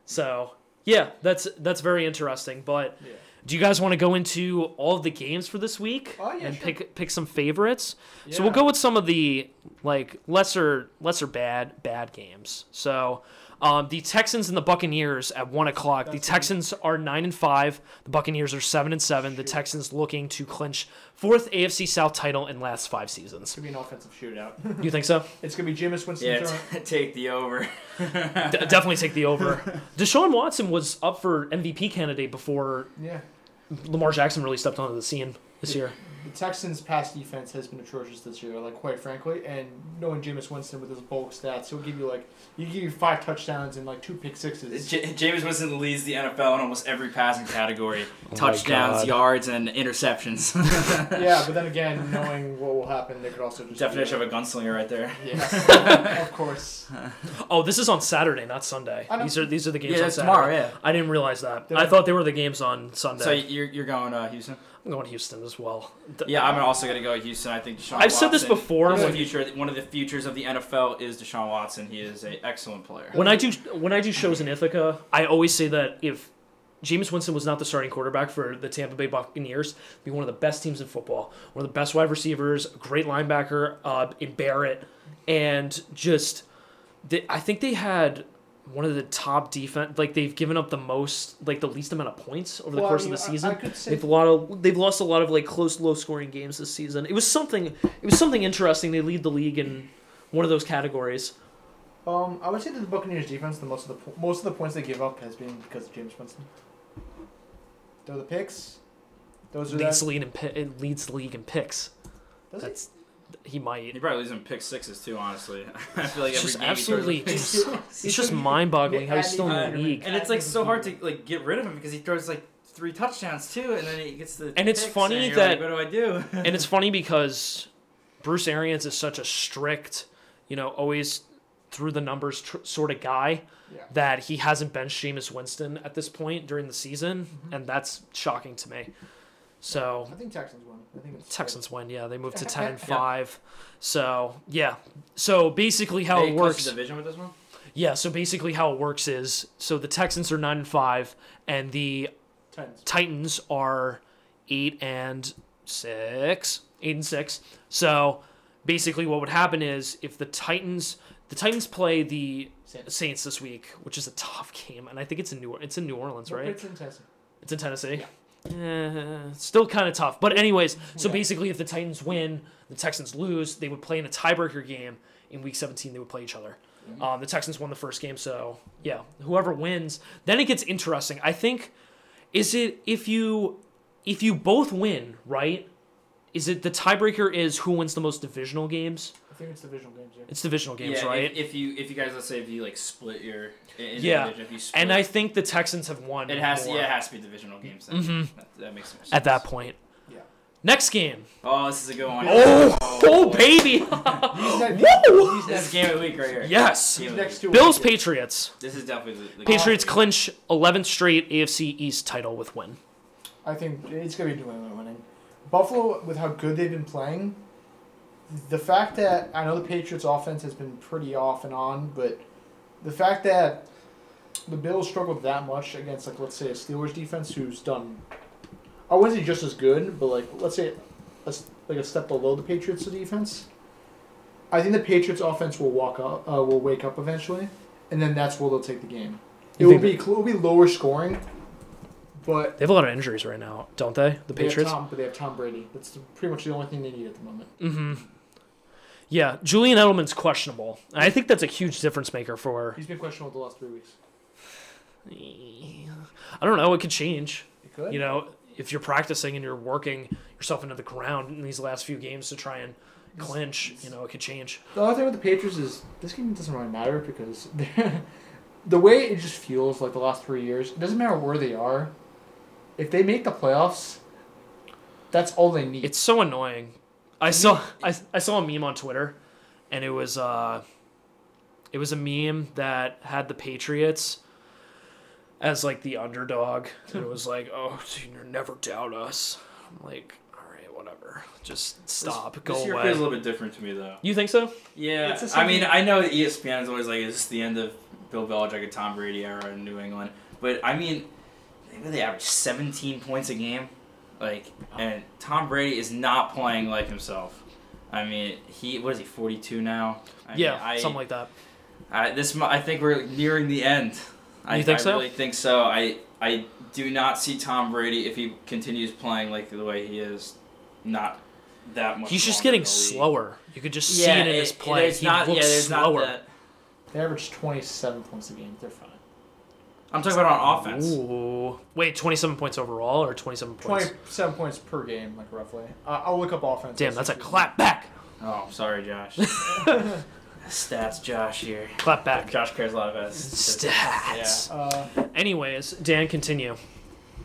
Speaker 1: So yeah, that's that's very interesting. But
Speaker 2: Yeah.
Speaker 1: do you guys want to go into all of the games for this week
Speaker 2: Oh, yeah,
Speaker 1: and
Speaker 2: sure.
Speaker 1: pick pick some favorites? So we'll
Speaker 2: Yeah.
Speaker 1: go with some of the like lesser lesser bad bad games. So um, the Texans and the Buccaneers at one o'clock. the
Speaker 2: That's a-
Speaker 1: Texans are nine and five. The Buccaneers are seven and seven. The Texans looking to clinch fourth AFC South title in last five seasons.
Speaker 2: It's gonna be an offensive shootout.
Speaker 1: You think so?
Speaker 2: It's gonna be Jameis Winston.
Speaker 3: Yeah,
Speaker 2: throwing-
Speaker 3: t- take the over.
Speaker 1: D- definitely take the over. Deshaun Watson was up for MVP candidate before
Speaker 2: yeah.
Speaker 1: Lamar Jackson really stepped onto the scene this year.
Speaker 2: The Texans' pass defense has been atrocious this year, like quite frankly. And knowing Jameis Winston with his bulk stats, he'll give you like he give you five touchdowns and like two pick sixes.
Speaker 3: J- James Winston leads the NFL in almost every passing category:
Speaker 1: my
Speaker 3: touchdowns,
Speaker 1: God.
Speaker 3: yards, and interceptions.
Speaker 2: yeah, but then again, knowing what will happen, they could also just
Speaker 3: Definition of a gunslinger, right there.
Speaker 2: a yeah, of course.
Speaker 1: Oh, this is on Saturday, not Sunday.
Speaker 2: I know.
Speaker 1: These are these are the games
Speaker 3: Yeah,
Speaker 1: on
Speaker 3: that's
Speaker 1: Saturday.
Speaker 3: tomorrow. Yeah.
Speaker 1: I didn't realize that.
Speaker 2: They're-
Speaker 1: I thought they were the games on Sunday.
Speaker 3: So you're you're going uh, Houston.
Speaker 1: I'm going to Houston as well. Th-
Speaker 3: Yeah, I'm also gonna go Houston. I think Deshaun.
Speaker 1: I've said this
Speaker 3: Watson
Speaker 1: before.
Speaker 3: is the
Speaker 1: When,
Speaker 3: future, one of the futures of the NFL is Deshaun Watson. He is an excellent player.
Speaker 1: when I do when I do shows in Ithaca, I always say that if James Winston was not the starting quarterback for the Tampa Bay Buccaneers, it'd be one of the best teams in football, one of the best wide receivers, a great linebacker uh, in Barrett, and just they, I think they had one of the top defense. Like they've given up the most, like the least amount of points over the
Speaker 2: Well, I
Speaker 1: course
Speaker 2: mean,
Speaker 1: of the
Speaker 2: I-
Speaker 1: season.
Speaker 2: I could say-
Speaker 1: they've a lot of they've lost a lot of like close, low scoring games this season. It was something. It was something interesting. They lead the league in one of those categories.
Speaker 2: Um, I would say that the Buccaneers' defense, the most of the po- most of the points they give up has been because of Jameis Winston. Throw the picks. Those are
Speaker 1: leads
Speaker 2: that.
Speaker 1: lead in pi- it leads the league in picks.
Speaker 2: Does he?
Speaker 1: That's he
Speaker 3: He
Speaker 1: might.
Speaker 3: probably loses in pick sixes too. Honestly, I feel like
Speaker 1: It's just
Speaker 3: every game he throws
Speaker 1: absolutely.
Speaker 3: a pick
Speaker 1: Just, it's just mind boggling how he's still in the
Speaker 3: Uh,
Speaker 1: league.
Speaker 3: And it's like so hard to like get rid of him because he throws like three touchdowns too, and then he gets the.
Speaker 1: And it's
Speaker 3: picks,
Speaker 1: funny
Speaker 3: and you're
Speaker 1: that-
Speaker 3: like, what do I do?
Speaker 1: and it's funny because Bruce Arians is such a strict, you know, always through the numbers tr- sort of guy
Speaker 2: Yeah.
Speaker 1: that he hasn't benched Jameis Winston at this point during the season,
Speaker 2: Mm-hmm.
Speaker 1: and that's shocking to me. So
Speaker 2: I think Texans won. I think it's
Speaker 1: Texans win, yeah, they moved to
Speaker 2: Yeah.
Speaker 1: ten and five. So yeah, so basically how
Speaker 3: Hey,
Speaker 1: it
Speaker 3: clinch
Speaker 1: works,
Speaker 3: the division with this one.
Speaker 1: yeah, so basically how it works is so the Texans are nine and five, and the
Speaker 2: Tens.
Speaker 1: Titans are eight and six, eight and six. So basically, what would happen is if the Titans, the Titans play the
Speaker 2: Saints.
Speaker 1: Saints this week, which is a tough game, and I think it's in New it's in New Orleans,
Speaker 2: But
Speaker 1: right?
Speaker 2: It's in Texas.
Speaker 1: It's in Tennessee. Eh, still kind of tough, but anyways. So
Speaker 2: Yeah.
Speaker 1: basically, if the Titans win, the Texans lose. They would play in a tiebreaker game in Week 17. They would play each other.
Speaker 3: Mm-hmm.
Speaker 1: Um, the Texans won the first game, so yeah, whoever wins, then it gets interesting. I think is it if you if you both win, right? Is it the tiebreaker is who wins the most divisional games?
Speaker 2: I think it's divisional games. Yeah.
Speaker 1: It's divisional games,
Speaker 3: yeah,
Speaker 1: right?
Speaker 3: If, if you if you guys let's say if you like split your in- in
Speaker 1: Yeah.
Speaker 3: division, if you split,
Speaker 1: and I think the Texans have won.
Speaker 3: it has
Speaker 1: more
Speaker 3: yeah it has to be divisional games. Then. That, that makes more sense.
Speaker 1: Mm-hmm. at that point.
Speaker 2: Yeah.
Speaker 1: Next game.
Speaker 3: Oh, this is a good one.
Speaker 1: Oh, oh
Speaker 3: boy.
Speaker 1: baby.
Speaker 2: These next,
Speaker 1: Woo!
Speaker 2: These
Speaker 3: This
Speaker 2: next,
Speaker 3: is game of the week right here.
Speaker 1: Yes.
Speaker 2: these next two
Speaker 1: Bills
Speaker 2: weeks-
Speaker 1: Patriots.
Speaker 3: This is definitely the, the
Speaker 1: Patriots clinch 11th straight AFC East title with win.
Speaker 2: I think it's gonna be New England winning. Buffalo, with how good they've been playing, the fact that I know the Patriots' offense has been pretty off and on, but the fact that the Bills struggled that much against, like, let's say a Steelers defense who's done, I wouldn't say just as good, but like, let's say, a, s- like a step below the Patriots' defense. I think the Patriots' offense will walk up, uh, will wake up eventually, and then that's where they'll take the game. It
Speaker 1: You
Speaker 2: will
Speaker 1: think
Speaker 2: be cl- it will be lower scoring, but
Speaker 1: They have a lot of injuries right now, don't they? The
Speaker 2: they have
Speaker 1: Patriots.
Speaker 2: Tom, but they have Tom Brady. That's the, pretty much the only thing they need at the moment.
Speaker 1: Mm-hmm. Yeah, Julian Edelman's questionable. And I think that's a huge difference maker for.
Speaker 2: He's been questionable the last three weeks.
Speaker 1: I don't know. It could change.
Speaker 2: It could.
Speaker 1: You know, if you're practicing and you're working yourself into the ground in these last few games to try and clinch, you know, it could change.
Speaker 2: the other thing with the Patriots is this game doesn't really matter because they're- the way it just feels like the last three years, it doesn't matter where they are. If they make the playoffs, that's all they need.
Speaker 1: It's so annoying. I saw I, I saw a meme on Twitter, and it was uh, it was a meme that had the Patriots as like the underdog, and it was like, oh, you never doubt us. I'm like, all right, whatever, just stop,
Speaker 3: This,
Speaker 1: go
Speaker 3: this year
Speaker 1: away.
Speaker 3: feels a little bit different to me though.
Speaker 1: you think so?
Speaker 3: Yeah,
Speaker 2: It's the
Speaker 3: I
Speaker 2: same-
Speaker 3: mean, I know E ESPN is always like, "Is this the end of Bill Belichick and Tom Brady era in New England?" But I mean, they really average 17 points a game, like, and Tom Brady is not playing like himself. I mean, he what is he 42 now? I mean,
Speaker 1: yeah,
Speaker 3: I,
Speaker 1: something like that.
Speaker 3: I, this mi- I think we're nearing the end. I,
Speaker 1: You think
Speaker 3: I
Speaker 1: so?
Speaker 3: really think so. I I do not see Tom Brady if he continues playing like the way he is, not that much.
Speaker 1: He's just
Speaker 3: longer
Speaker 1: getting
Speaker 3: in the league.
Speaker 1: slower. You could just see it in his
Speaker 3: it-
Speaker 1: play.
Speaker 3: there's
Speaker 1: he
Speaker 3: not- yeah,
Speaker 1: looks
Speaker 3: there's not
Speaker 1: slower.
Speaker 3: that-
Speaker 2: they average 27 points a game. They're fine.
Speaker 3: I'm talking about on offense.
Speaker 1: Ooh, wait, twenty-seven points overall or twenty-seven points?
Speaker 2: 27 points per game, like roughly. Uh, I'll look up offense. Uh,
Speaker 1: Damn, that's a clap back.
Speaker 3: Oh, I'm sorry, Josh. Stats, Josh here.
Speaker 1: Clap back.
Speaker 3: Josh cares a lot about his
Speaker 1: Stats.
Speaker 2: Uh,
Speaker 1: Anyways, Dan, continue.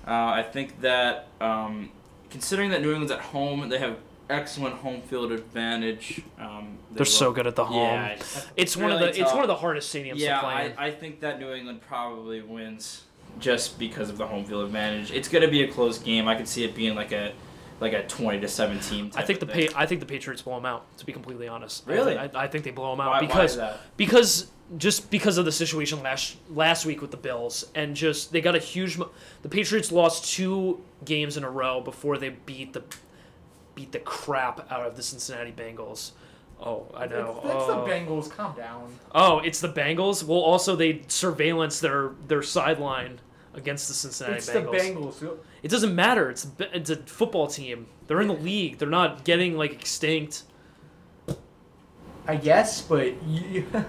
Speaker 3: Uh, I think that um, considering that New England's at home, they have excellent home field advantage. Um, they
Speaker 1: They're so
Speaker 3: look-
Speaker 1: good at the home.
Speaker 3: Yeah, it's-
Speaker 1: It's one
Speaker 3: really
Speaker 1: of the it's
Speaker 3: tough.
Speaker 1: one of the hardest stadiums
Speaker 3: yeah.
Speaker 1: to play.
Speaker 3: I,
Speaker 1: in.
Speaker 3: I think that New England probably wins just because of the home field advantage. It's gonna be a close game. I could see it being like a like a twenty to seventeen.
Speaker 1: I,
Speaker 3: Type
Speaker 1: think the
Speaker 3: of thing.
Speaker 1: pa- I think the Patriots blow them out. To be completely honest, I-
Speaker 3: Really?
Speaker 1: I, I think they blow them out
Speaker 3: Why- why is
Speaker 1: because
Speaker 3: that?
Speaker 1: because just because of the situation last last week with the Bills and just they got a huge. mo- The Patriots lost two games in a row before they beat the beat the crap out of the Cincinnati Bengals. Oh, I know.
Speaker 2: It's, it's
Speaker 1: Oh.
Speaker 2: the Bengals. Calm down.
Speaker 1: Oh, it's the Bengals. Well, also they surveillance their their sideline against the Cincinnati
Speaker 2: It's the
Speaker 1: Bengals.
Speaker 2: Bengals.
Speaker 1: It doesn't matter. It's b- it's a football team. They're in the league. They're not getting like extinct.
Speaker 2: I guess, but you,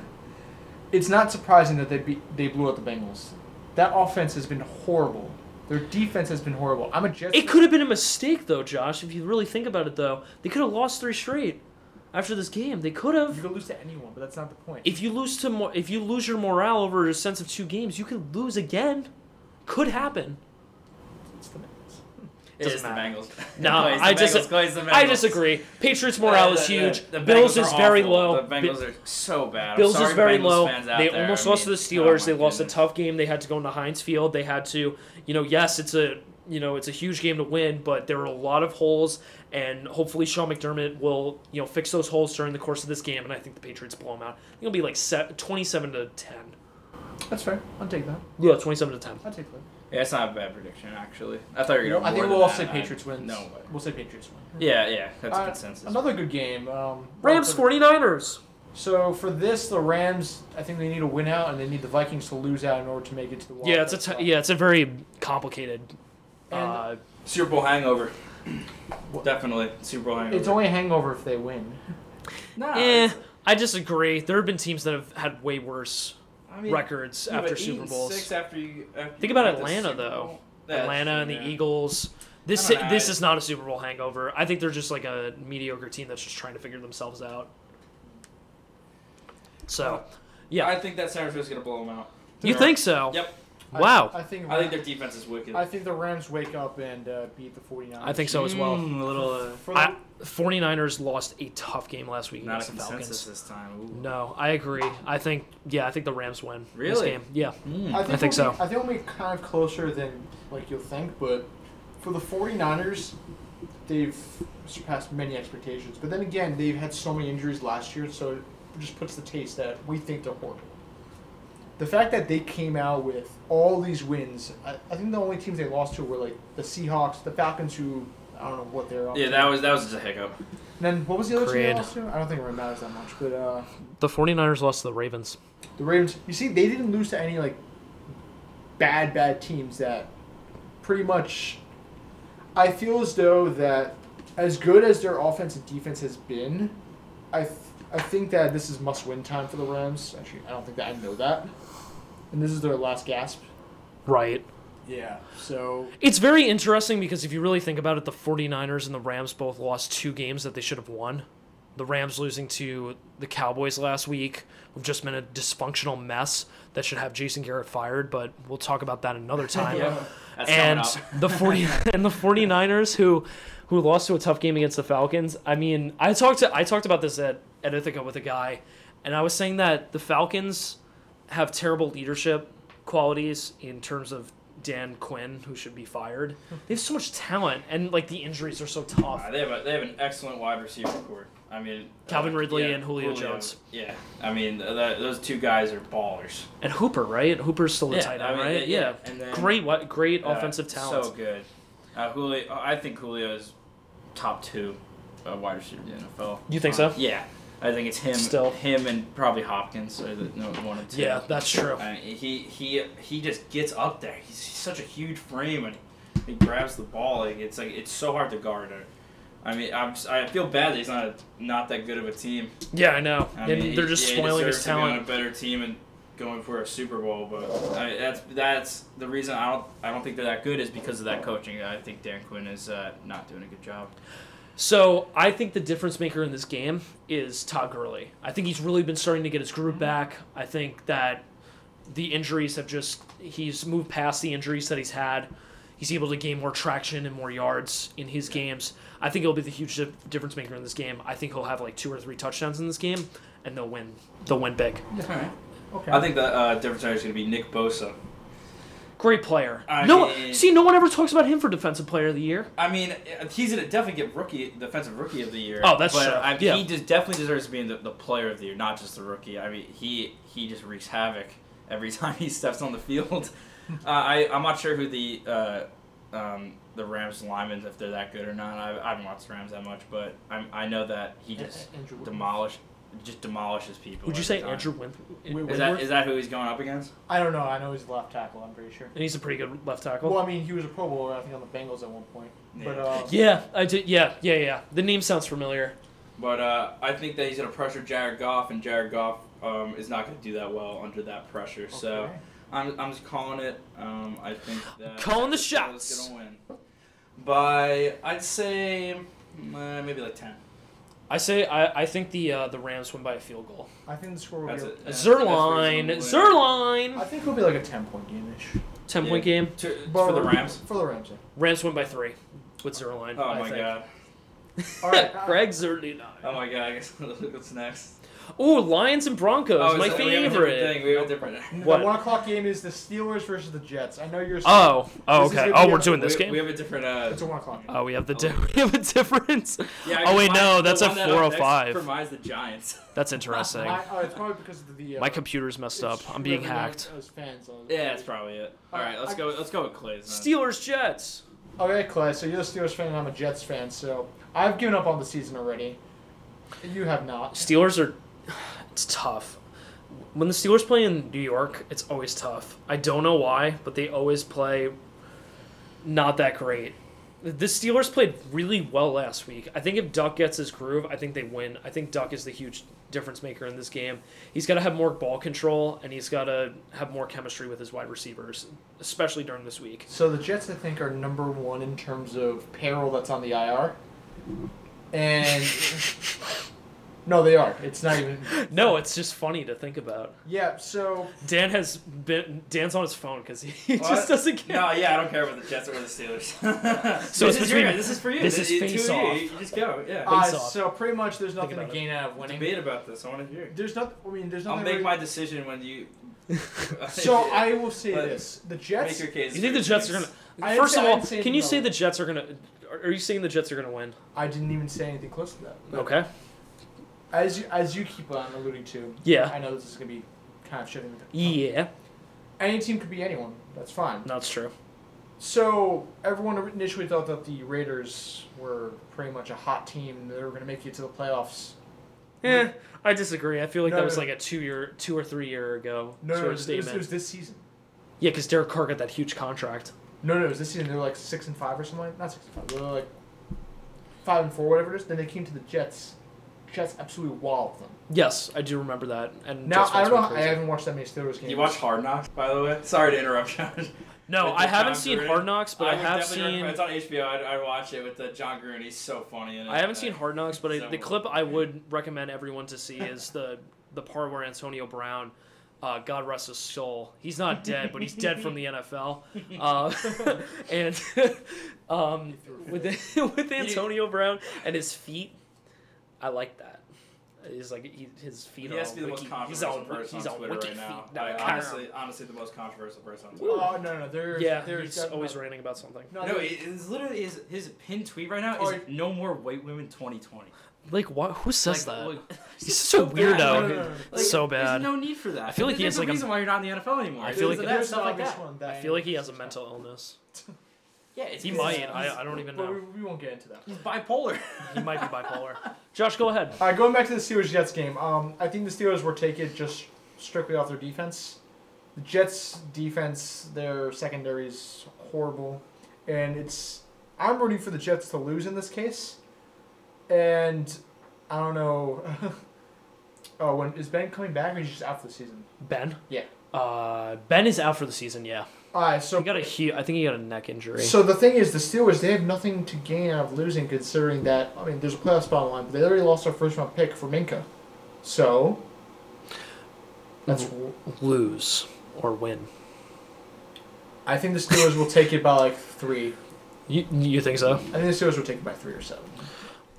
Speaker 2: it's not surprising that they be, they blew out the Bengals. That offense has been horrible. Their defense has been horrible. I'm a Jets.
Speaker 1: It could have been a mistake though, Josh. If you really think about it, though, they could have lost three straight. after this game. They could
Speaker 2: You
Speaker 1: have.
Speaker 2: could lose to anyone, but that's not the point.
Speaker 1: If you lose to more, if you lose your morale over a sense of two games, you could lose again. Could happen.
Speaker 2: It's the Mets.
Speaker 3: It is the
Speaker 1: Doesn't
Speaker 3: Bengals.
Speaker 1: No,
Speaker 3: Please, the
Speaker 1: I dis-
Speaker 3: Bengals, please, the
Speaker 1: I
Speaker 3: Bengals.
Speaker 1: disagree. Patriots morale
Speaker 3: The-
Speaker 1: is
Speaker 3: the-
Speaker 1: huge.
Speaker 3: the
Speaker 1: Bills
Speaker 3: Bengals
Speaker 1: is
Speaker 3: are
Speaker 1: very
Speaker 3: awful.
Speaker 1: low.
Speaker 3: The Bengals are so bad. I'm
Speaker 1: Bills
Speaker 3: sorry
Speaker 1: is
Speaker 3: to
Speaker 1: very
Speaker 3: Bengals
Speaker 1: low.
Speaker 3: fans out
Speaker 1: They
Speaker 3: there.
Speaker 1: almost
Speaker 3: I
Speaker 1: lost to the
Speaker 3: mean,
Speaker 1: Steelers.
Speaker 3: oh
Speaker 1: they
Speaker 3: my
Speaker 1: lost
Speaker 3: goodness.
Speaker 1: a tough game. They had to go into Heinz Field. They had to, you know, yes, it's a you know it's a huge game to win, but there were a lot of holes, and hopefully Sean McDermott will you know fix those holes during the course of this game. And I think the Patriots blow them out. I think It'll be like se- twenty-seven to ten.
Speaker 2: That's fair. I'll take that.
Speaker 1: Yeah, twenty-seven to ten.
Speaker 2: I'll take that.
Speaker 3: Yeah, it's not a bad prediction actually. I thought you were gonna.
Speaker 2: I think
Speaker 3: more
Speaker 2: we'll
Speaker 3: than
Speaker 2: all
Speaker 3: that.
Speaker 2: say
Speaker 3: I-
Speaker 2: Patriots wins.
Speaker 3: No way.
Speaker 2: We'll say Patriots win.
Speaker 3: Yeah, yeah, that's
Speaker 2: Uh,
Speaker 3: a consensus.
Speaker 2: Another good game. Um,
Speaker 1: Rams
Speaker 2: for
Speaker 1: 49ers.
Speaker 2: So for this, the Rams, I think they need to win out, and they need the Vikings to lose out in order to make it to the. wild
Speaker 1: Yeah, it's a
Speaker 2: card
Speaker 1: t- yeah, it's a very complicated. Uh,
Speaker 2: And-
Speaker 3: Super Bowl hangover.
Speaker 2: What?
Speaker 3: Definitely Super Bowl
Speaker 2: spot.
Speaker 3: hangover.
Speaker 2: It's only a hangover if they win.
Speaker 3: nah,
Speaker 1: eh, I disagree. There have been teams that have had way worse
Speaker 3: I mean,
Speaker 1: records
Speaker 3: yeah, but
Speaker 1: after
Speaker 3: eight
Speaker 1: Super
Speaker 3: and
Speaker 1: Bowls.
Speaker 3: Six after you, after
Speaker 1: Think
Speaker 3: you
Speaker 1: about
Speaker 3: get the
Speaker 1: Atlanta,
Speaker 3: Super
Speaker 1: though.
Speaker 3: Bowl. That's
Speaker 1: Atlanta
Speaker 3: true,
Speaker 1: and the
Speaker 3: yeah.
Speaker 1: Eagles. This
Speaker 3: I don't know,
Speaker 1: this
Speaker 3: I-
Speaker 1: is not a Super Bowl hangover. I think they're just like a mediocre team that's just trying to figure themselves out. So, yeah,
Speaker 3: I think that San Francisco's gonna blow them out.
Speaker 1: you think so?
Speaker 3: Yep.
Speaker 1: Wow.
Speaker 2: I, I think.
Speaker 3: I think their defense is wicked.
Speaker 2: I think the Rams wake up and uh, beat the 49ers.
Speaker 1: I think so as well.
Speaker 3: Mm, a little. Uh,
Speaker 2: For the,
Speaker 1: I, 49ers lost a tough game last week
Speaker 3: not a
Speaker 1: against the
Speaker 3: consensus
Speaker 1: Falcons.
Speaker 3: this time. Ooh.
Speaker 1: No, I agree. I think yeah, I think the Rams win this
Speaker 3: Really?
Speaker 1: game. Yeah.
Speaker 3: Mm.
Speaker 2: I think,
Speaker 1: I think
Speaker 2: we'll
Speaker 1: so.
Speaker 2: Be, I think we'll be kind of closer than like you'll think, but for the 49ers, they've surpassed many expectations. But then again, they've had so many injuries last year, so it just puts the taste that we think they're horrible. The fact that they came out with all these wins, I, I think the only teams they lost to were like the Seahawks, the Falcons, who I don't know what they're. up
Speaker 3: Yeah,
Speaker 2: to.
Speaker 3: that was that was just a hiccup.
Speaker 2: And then what was the other team they
Speaker 1: Creed.
Speaker 2: lost to? I don't think it really matters that much, but uh,
Speaker 1: The 49ers lost to the Ravens.
Speaker 2: the Ravens, you see, they didn't lose to any like bad, bad teams that pretty much. I feel as though that as good as their offense and defense has been, I th- I think that this is must win time for the Rams. Actually, I don't think that I know that, and this is their last gasp.
Speaker 1: Right.
Speaker 2: Yeah. So
Speaker 1: It's very interesting because if you really think about it, the 49ers and the Rams both lost two games that they should have won. The Rams losing to the Cowboys last week, who've just been a dysfunctional mess that should have Jason Garrett fired, but we'll talk about that another time.
Speaker 3: Yeah. That's
Speaker 1: and
Speaker 3: coming
Speaker 1: the
Speaker 3: up.
Speaker 1: 40 and the 49ers who who lost to a tough game against the Falcons. I mean, I talked to I talked about this at, at Ithaca with a guy, and I was saying that the Falcons have terrible leadership qualities in terms of Dan Quinn, who should be fired. They have so much talent, and like the injuries are so tough.
Speaker 3: Uh, they have a, they have an excellent wide receiver core. I mean, uh,
Speaker 1: Calvin Ridley and Julio Jones.
Speaker 3: Yeah, I mean th th- those two guys are ballers.
Speaker 1: And Hooper, right? Hooper's still the
Speaker 3: Yeah,
Speaker 1: tight
Speaker 3: I
Speaker 1: end,
Speaker 3: mean,
Speaker 1: right?
Speaker 3: they-
Speaker 1: yeah.
Speaker 3: yeah, and then-
Speaker 1: great, what great
Speaker 3: Uh,
Speaker 1: offensive talent.
Speaker 3: So good. Uh, Julio, I think Julio's top two uh, wide receiver in the NFL.
Speaker 1: You think so?
Speaker 3: Uh, yeah, I think it's him,
Speaker 1: Still.
Speaker 3: him, and probably Hopkins. Are the, no, one and two.
Speaker 1: yeah, that's true.
Speaker 3: I mean, he he he just gets up there. He's, he's such a huge frame and he grabs the ball. Like it's like it's so hard to guard. Her. I mean, I'm s- I feel bad that he's not a, not that good of a team.
Speaker 1: Yeah, I know.
Speaker 3: I
Speaker 1: and
Speaker 3: mean, he-
Speaker 1: they're just
Speaker 3: yeah, he
Speaker 1: spoiling his
Speaker 3: deserves to be
Speaker 1: talent.
Speaker 3: on a better team and going for a Super Bowl, but I mean, that's that's the reason I don't I don't think they're that good is because of that coaching. I think Dan Quinn is uh, not doing a good job.
Speaker 1: So I think the difference maker in this game is Todd Gurley. I think he's really been starting to get his groove back. I think that the injuries have just he's moved past the injuries that he's had. He's able to gain more traction and more yards in his games. I think it'll be the huge dif- difference maker in this game. I think he'll have like two or three touchdowns in this game, and they'll win. They'll win big.
Speaker 2: okay.
Speaker 3: I think the uh, difference maker is going to be Nick Bosa.
Speaker 1: Great player.
Speaker 3: I
Speaker 1: no,
Speaker 3: mean-
Speaker 1: see, no one ever talks about him for defensive player of the year.
Speaker 3: I mean, uh, he's gonna definitely get rookie defensive rookie of the year.
Speaker 1: Oh, that's
Speaker 3: but
Speaker 1: true.
Speaker 3: I,
Speaker 1: Yeah.
Speaker 3: He just definitely deserves to be in the, the player of the year, not just the rookie. I mean, he he just wreaks havoc every time he steps on the field. uh, I I'm not sure who the uh, um, the Rams linemen if they're that good or not. I, I haven't watched the Rams that much, but I I know that he just
Speaker 2: Andrew Whitworth.
Speaker 3: demolish just demolishes people.
Speaker 1: Would you
Speaker 3: every
Speaker 1: say
Speaker 3: time.
Speaker 1: Andrew Winth?
Speaker 2: Wait,
Speaker 3: Is
Speaker 1: And
Speaker 3: that is that who he's going up against?
Speaker 2: I don't know. I know he's a left tackle. I'm pretty sure.
Speaker 1: he's a pretty good left tackle.
Speaker 2: Well, I mean, he was a Pro Bowler. I think on the Bengals at one point. But
Speaker 3: Yeah.
Speaker 2: uh,
Speaker 1: Yeah, I did. Yeah, yeah, yeah. The name sounds familiar.
Speaker 3: But uh, I think that he's gonna pressure Jared Goff, and Jared Goff um, is not gonna do that well under that pressure. So.
Speaker 2: okay.
Speaker 3: I'm, I'm just calling it. Um, I think that
Speaker 1: Calling the
Speaker 3: Minnesota's
Speaker 1: shots.
Speaker 3: Gonna win by I'd say mm, uh, maybe like ten.
Speaker 1: I say I, I think the uh, the Rams win by a field goal.
Speaker 2: I think the score will
Speaker 3: That's
Speaker 2: be.
Speaker 3: it. Yeah,
Speaker 1: Zerline,
Speaker 3: that's
Speaker 2: I
Speaker 1: Zerline,
Speaker 2: think it'll be like a ten point game ish.
Speaker 1: ten
Speaker 3: Yeah.
Speaker 1: point game.
Speaker 3: To, for the Rams.
Speaker 2: For the Rams. yeah.
Speaker 1: Rams win by three with Zerline.
Speaker 3: Oh
Speaker 1: I
Speaker 3: my
Speaker 1: think.
Speaker 3: god.
Speaker 2: All right, uh,
Speaker 1: Greg Zerline.
Speaker 3: Oh my god. I guess what's next?
Speaker 1: Ooh, Lions and Broncos,
Speaker 3: oh,
Speaker 1: my
Speaker 3: so We have a different
Speaker 1: favorite.
Speaker 3: thing. We have a different.
Speaker 1: What?
Speaker 2: The one o'clock game is the Steelers versus the Jets. I know you're.
Speaker 1: Oh, oh,
Speaker 2: This is
Speaker 1: okay.
Speaker 2: gonna
Speaker 1: Oh,
Speaker 2: be
Speaker 1: we're
Speaker 2: a-
Speaker 1: doing this
Speaker 3: we,
Speaker 1: game.
Speaker 3: We have a different. Uh,
Speaker 2: It's a one o'clock game.
Speaker 1: Oh, we have the di- we have a difference.
Speaker 3: yeah, I
Speaker 1: Oh,
Speaker 3: guess
Speaker 1: wait,
Speaker 3: mine-
Speaker 1: no,
Speaker 3: the
Speaker 1: that's a
Speaker 3: one that up next
Speaker 1: 4:05.
Speaker 3: For mine's the Giants.
Speaker 1: That's interesting.
Speaker 2: I, uh, it's probably because of the. Uh,
Speaker 1: My computer's messed up. I'm being hacked.
Speaker 2: As fans, uh, on-
Speaker 3: Yeah, that's probably it. All right, let's go. Let's go with Clay's. then.
Speaker 1: Steelers Jets.
Speaker 2: Okay, Clay. So you're a Steelers fan, and I'm a Jets fan. So I've given up on the season already. You have not.
Speaker 1: Steelers are it's tough. When the Steelers play in New York, it's always tough. I don't know why, but they always play not that great. The Steelers played really well last week. I think if Duck gets his groove, I think they win. I think Duck is the huge difference maker in this game. He's got to have more ball control and he's got to have more chemistry with his wide receivers, especially during this week.
Speaker 2: So the Jets, I think, are number one in terms of payroll that's on the IR. And no, they are. It's not even.
Speaker 1: No, it's just funny to think about.
Speaker 2: Yeah. So
Speaker 1: Dan has been Dan's on his phone because he, he
Speaker 3: What?
Speaker 1: just doesn't care.
Speaker 3: No, yeah, I don't care about the Jets or the Steelers.
Speaker 1: So
Speaker 3: this
Speaker 1: it's
Speaker 3: is your
Speaker 1: between-
Speaker 3: guys, this is for you.
Speaker 1: this is
Speaker 3: you- two
Speaker 1: face
Speaker 3: of you,
Speaker 1: off.
Speaker 3: You, just go. Yeah.
Speaker 1: Uh,
Speaker 2: uh,
Speaker 1: off.
Speaker 2: so pretty much there's nothing to
Speaker 1: about it.
Speaker 2: gain out of winning.
Speaker 3: Debate about this. I want to hear.
Speaker 2: There's not. I mean, there's
Speaker 3: I'll
Speaker 2: nothing.
Speaker 3: make
Speaker 2: really-
Speaker 3: my decision when you.
Speaker 2: So I will say
Speaker 3: But-
Speaker 2: this: the
Speaker 3: make
Speaker 2: Jets.
Speaker 3: your case.
Speaker 1: You think
Speaker 3: for
Speaker 1: the Jets are
Speaker 3: things.
Speaker 1: gonna?
Speaker 2: I didn't
Speaker 1: First
Speaker 2: say-
Speaker 1: of
Speaker 2: I
Speaker 1: all,
Speaker 2: didn't say
Speaker 1: can you
Speaker 2: no.
Speaker 1: say the Jets are gonna? Are are you saying the Jets are gonna win?
Speaker 2: I didn't even say anything close to that. but
Speaker 1: Okay.
Speaker 2: As you, as you keep on alluding to.
Speaker 1: Yeah.
Speaker 2: I know this is gonna be kind of shitting.
Speaker 1: Yeah,
Speaker 2: Any team could be anyone. That's fine.
Speaker 1: that's true.
Speaker 2: So everyone initially thought that the Raiders were pretty much a hot team. They were going to make it to the playoffs.
Speaker 1: Eh, I disagree. I feel like
Speaker 2: No,
Speaker 1: that was
Speaker 2: no.
Speaker 1: like a two year, two or three year ago
Speaker 2: No, no,
Speaker 1: sort of
Speaker 2: it was, it was-
Speaker 1: statement.
Speaker 2: it was this season.
Speaker 1: Yeah, because Derek Carr got that huge contract.
Speaker 2: No, no, it was this season. They were like six and five or something. Like, not six and five. They were like five and four, whatever it is. Then they came to the Jets. Jets absolutely walloped them.
Speaker 1: Yes, I do remember that. And
Speaker 2: Now
Speaker 1: Jets
Speaker 2: I
Speaker 1: fans
Speaker 2: don't know.
Speaker 1: went
Speaker 2: How, I
Speaker 1: crazy.
Speaker 2: haven't watched that many Steelers games.
Speaker 3: You watch Hard Knocks, by the way. Sorry to interrupt, Josh.
Speaker 1: No,
Speaker 3: With
Speaker 1: I
Speaker 3: the
Speaker 1: haven't
Speaker 3: John
Speaker 1: seen
Speaker 3: Gruden?
Speaker 1: Hard Knocks, but I,
Speaker 3: would
Speaker 1: have
Speaker 3: definitely
Speaker 1: seen.
Speaker 3: recommend- It's on HBO. I'd, I'd watch it with uh, John Gruden. He's so funny. In it.
Speaker 1: I haven't seen Hard Knocks, but I,
Speaker 3: So-
Speaker 1: the clip I would recommend everyone to see is the the part where Antonio Brown, uh, God rest his soul, he's not dead, but he's dead from the NFL, uh, and um, with with Antonio Brown and his feet, I like that. He's like he, his feet.
Speaker 3: He
Speaker 1: are
Speaker 3: has
Speaker 1: all
Speaker 3: to be the most
Speaker 1: wiki-
Speaker 3: controversial
Speaker 1: he's all, wiki-
Speaker 3: person
Speaker 1: he's
Speaker 3: on
Speaker 1: all
Speaker 3: Twitter
Speaker 1: wiki
Speaker 3: right now.
Speaker 1: feet.
Speaker 3: I,
Speaker 1: Now,
Speaker 3: honestly, honestly, the most controversial person on Twitter.
Speaker 2: Oh no, no, there's
Speaker 1: yeah,
Speaker 2: there's
Speaker 1: he's always ranting about something.
Speaker 2: No,
Speaker 3: No,
Speaker 2: there-
Speaker 3: it- it's literally his, his pin tweet right now
Speaker 2: Oh,
Speaker 3: is
Speaker 2: it-
Speaker 3: no more white women 2020.
Speaker 1: Like what? Who says
Speaker 3: Like,
Speaker 1: that?
Speaker 3: like,
Speaker 1: he's such a
Speaker 3: so bad.
Speaker 2: No,
Speaker 1: weirdo.
Speaker 2: no, no, no.
Speaker 1: so bad.
Speaker 3: There's no need for that.
Speaker 1: I feel like he
Speaker 3: There's
Speaker 1: has, like,
Speaker 3: a
Speaker 1: a-
Speaker 3: reason why you're not in the NFL anymore.
Speaker 1: I feel
Speaker 3: It's
Speaker 1: like-
Speaker 3: that
Speaker 2: There's
Speaker 3: stuff
Speaker 2: an
Speaker 3: like
Speaker 2: obvious
Speaker 3: that.
Speaker 2: one
Speaker 1: I
Speaker 2: that
Speaker 1: feel like he has a mental illness.
Speaker 3: Yeah, it's
Speaker 1: He
Speaker 3: it's-
Speaker 1: might.
Speaker 3: it's-
Speaker 1: I, I don't even
Speaker 2: But
Speaker 1: know.
Speaker 2: we, we won't get into that.
Speaker 3: He's bipolar.
Speaker 1: He might be bipolar. Josh, go ahead.
Speaker 2: All right, going back to the Steelers Jets game. Um, I think the Steelers were taken just strictly off their defense. The Jets defense, their secondary is horrible, and it's I'm rooting for the Jets to lose in this case. And I don't know. oh, when is Ben coming back or is he just out for the season?
Speaker 1: Ben.
Speaker 2: Yeah.
Speaker 1: Uh, ben is out for the season. Yeah,
Speaker 2: All
Speaker 1: he
Speaker 2: right, so
Speaker 1: got a hu- I think he got a neck injury.
Speaker 2: So the thing is, the Steelers they have nothing to gain out of losing, considering that I mean, there's a playoff spot on the line, but they already lost their first round pick for Minka. So that's.
Speaker 1: Mm-hmm. Lose or win.
Speaker 2: I think the Steelers will take it by like three.
Speaker 1: You, you think so?
Speaker 2: I think the Steelers will take it by three or seven.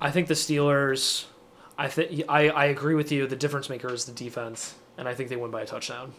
Speaker 1: I think the Steelers. I think I I agree with you. The difference maker is the defense, and I think they win by a touchdown.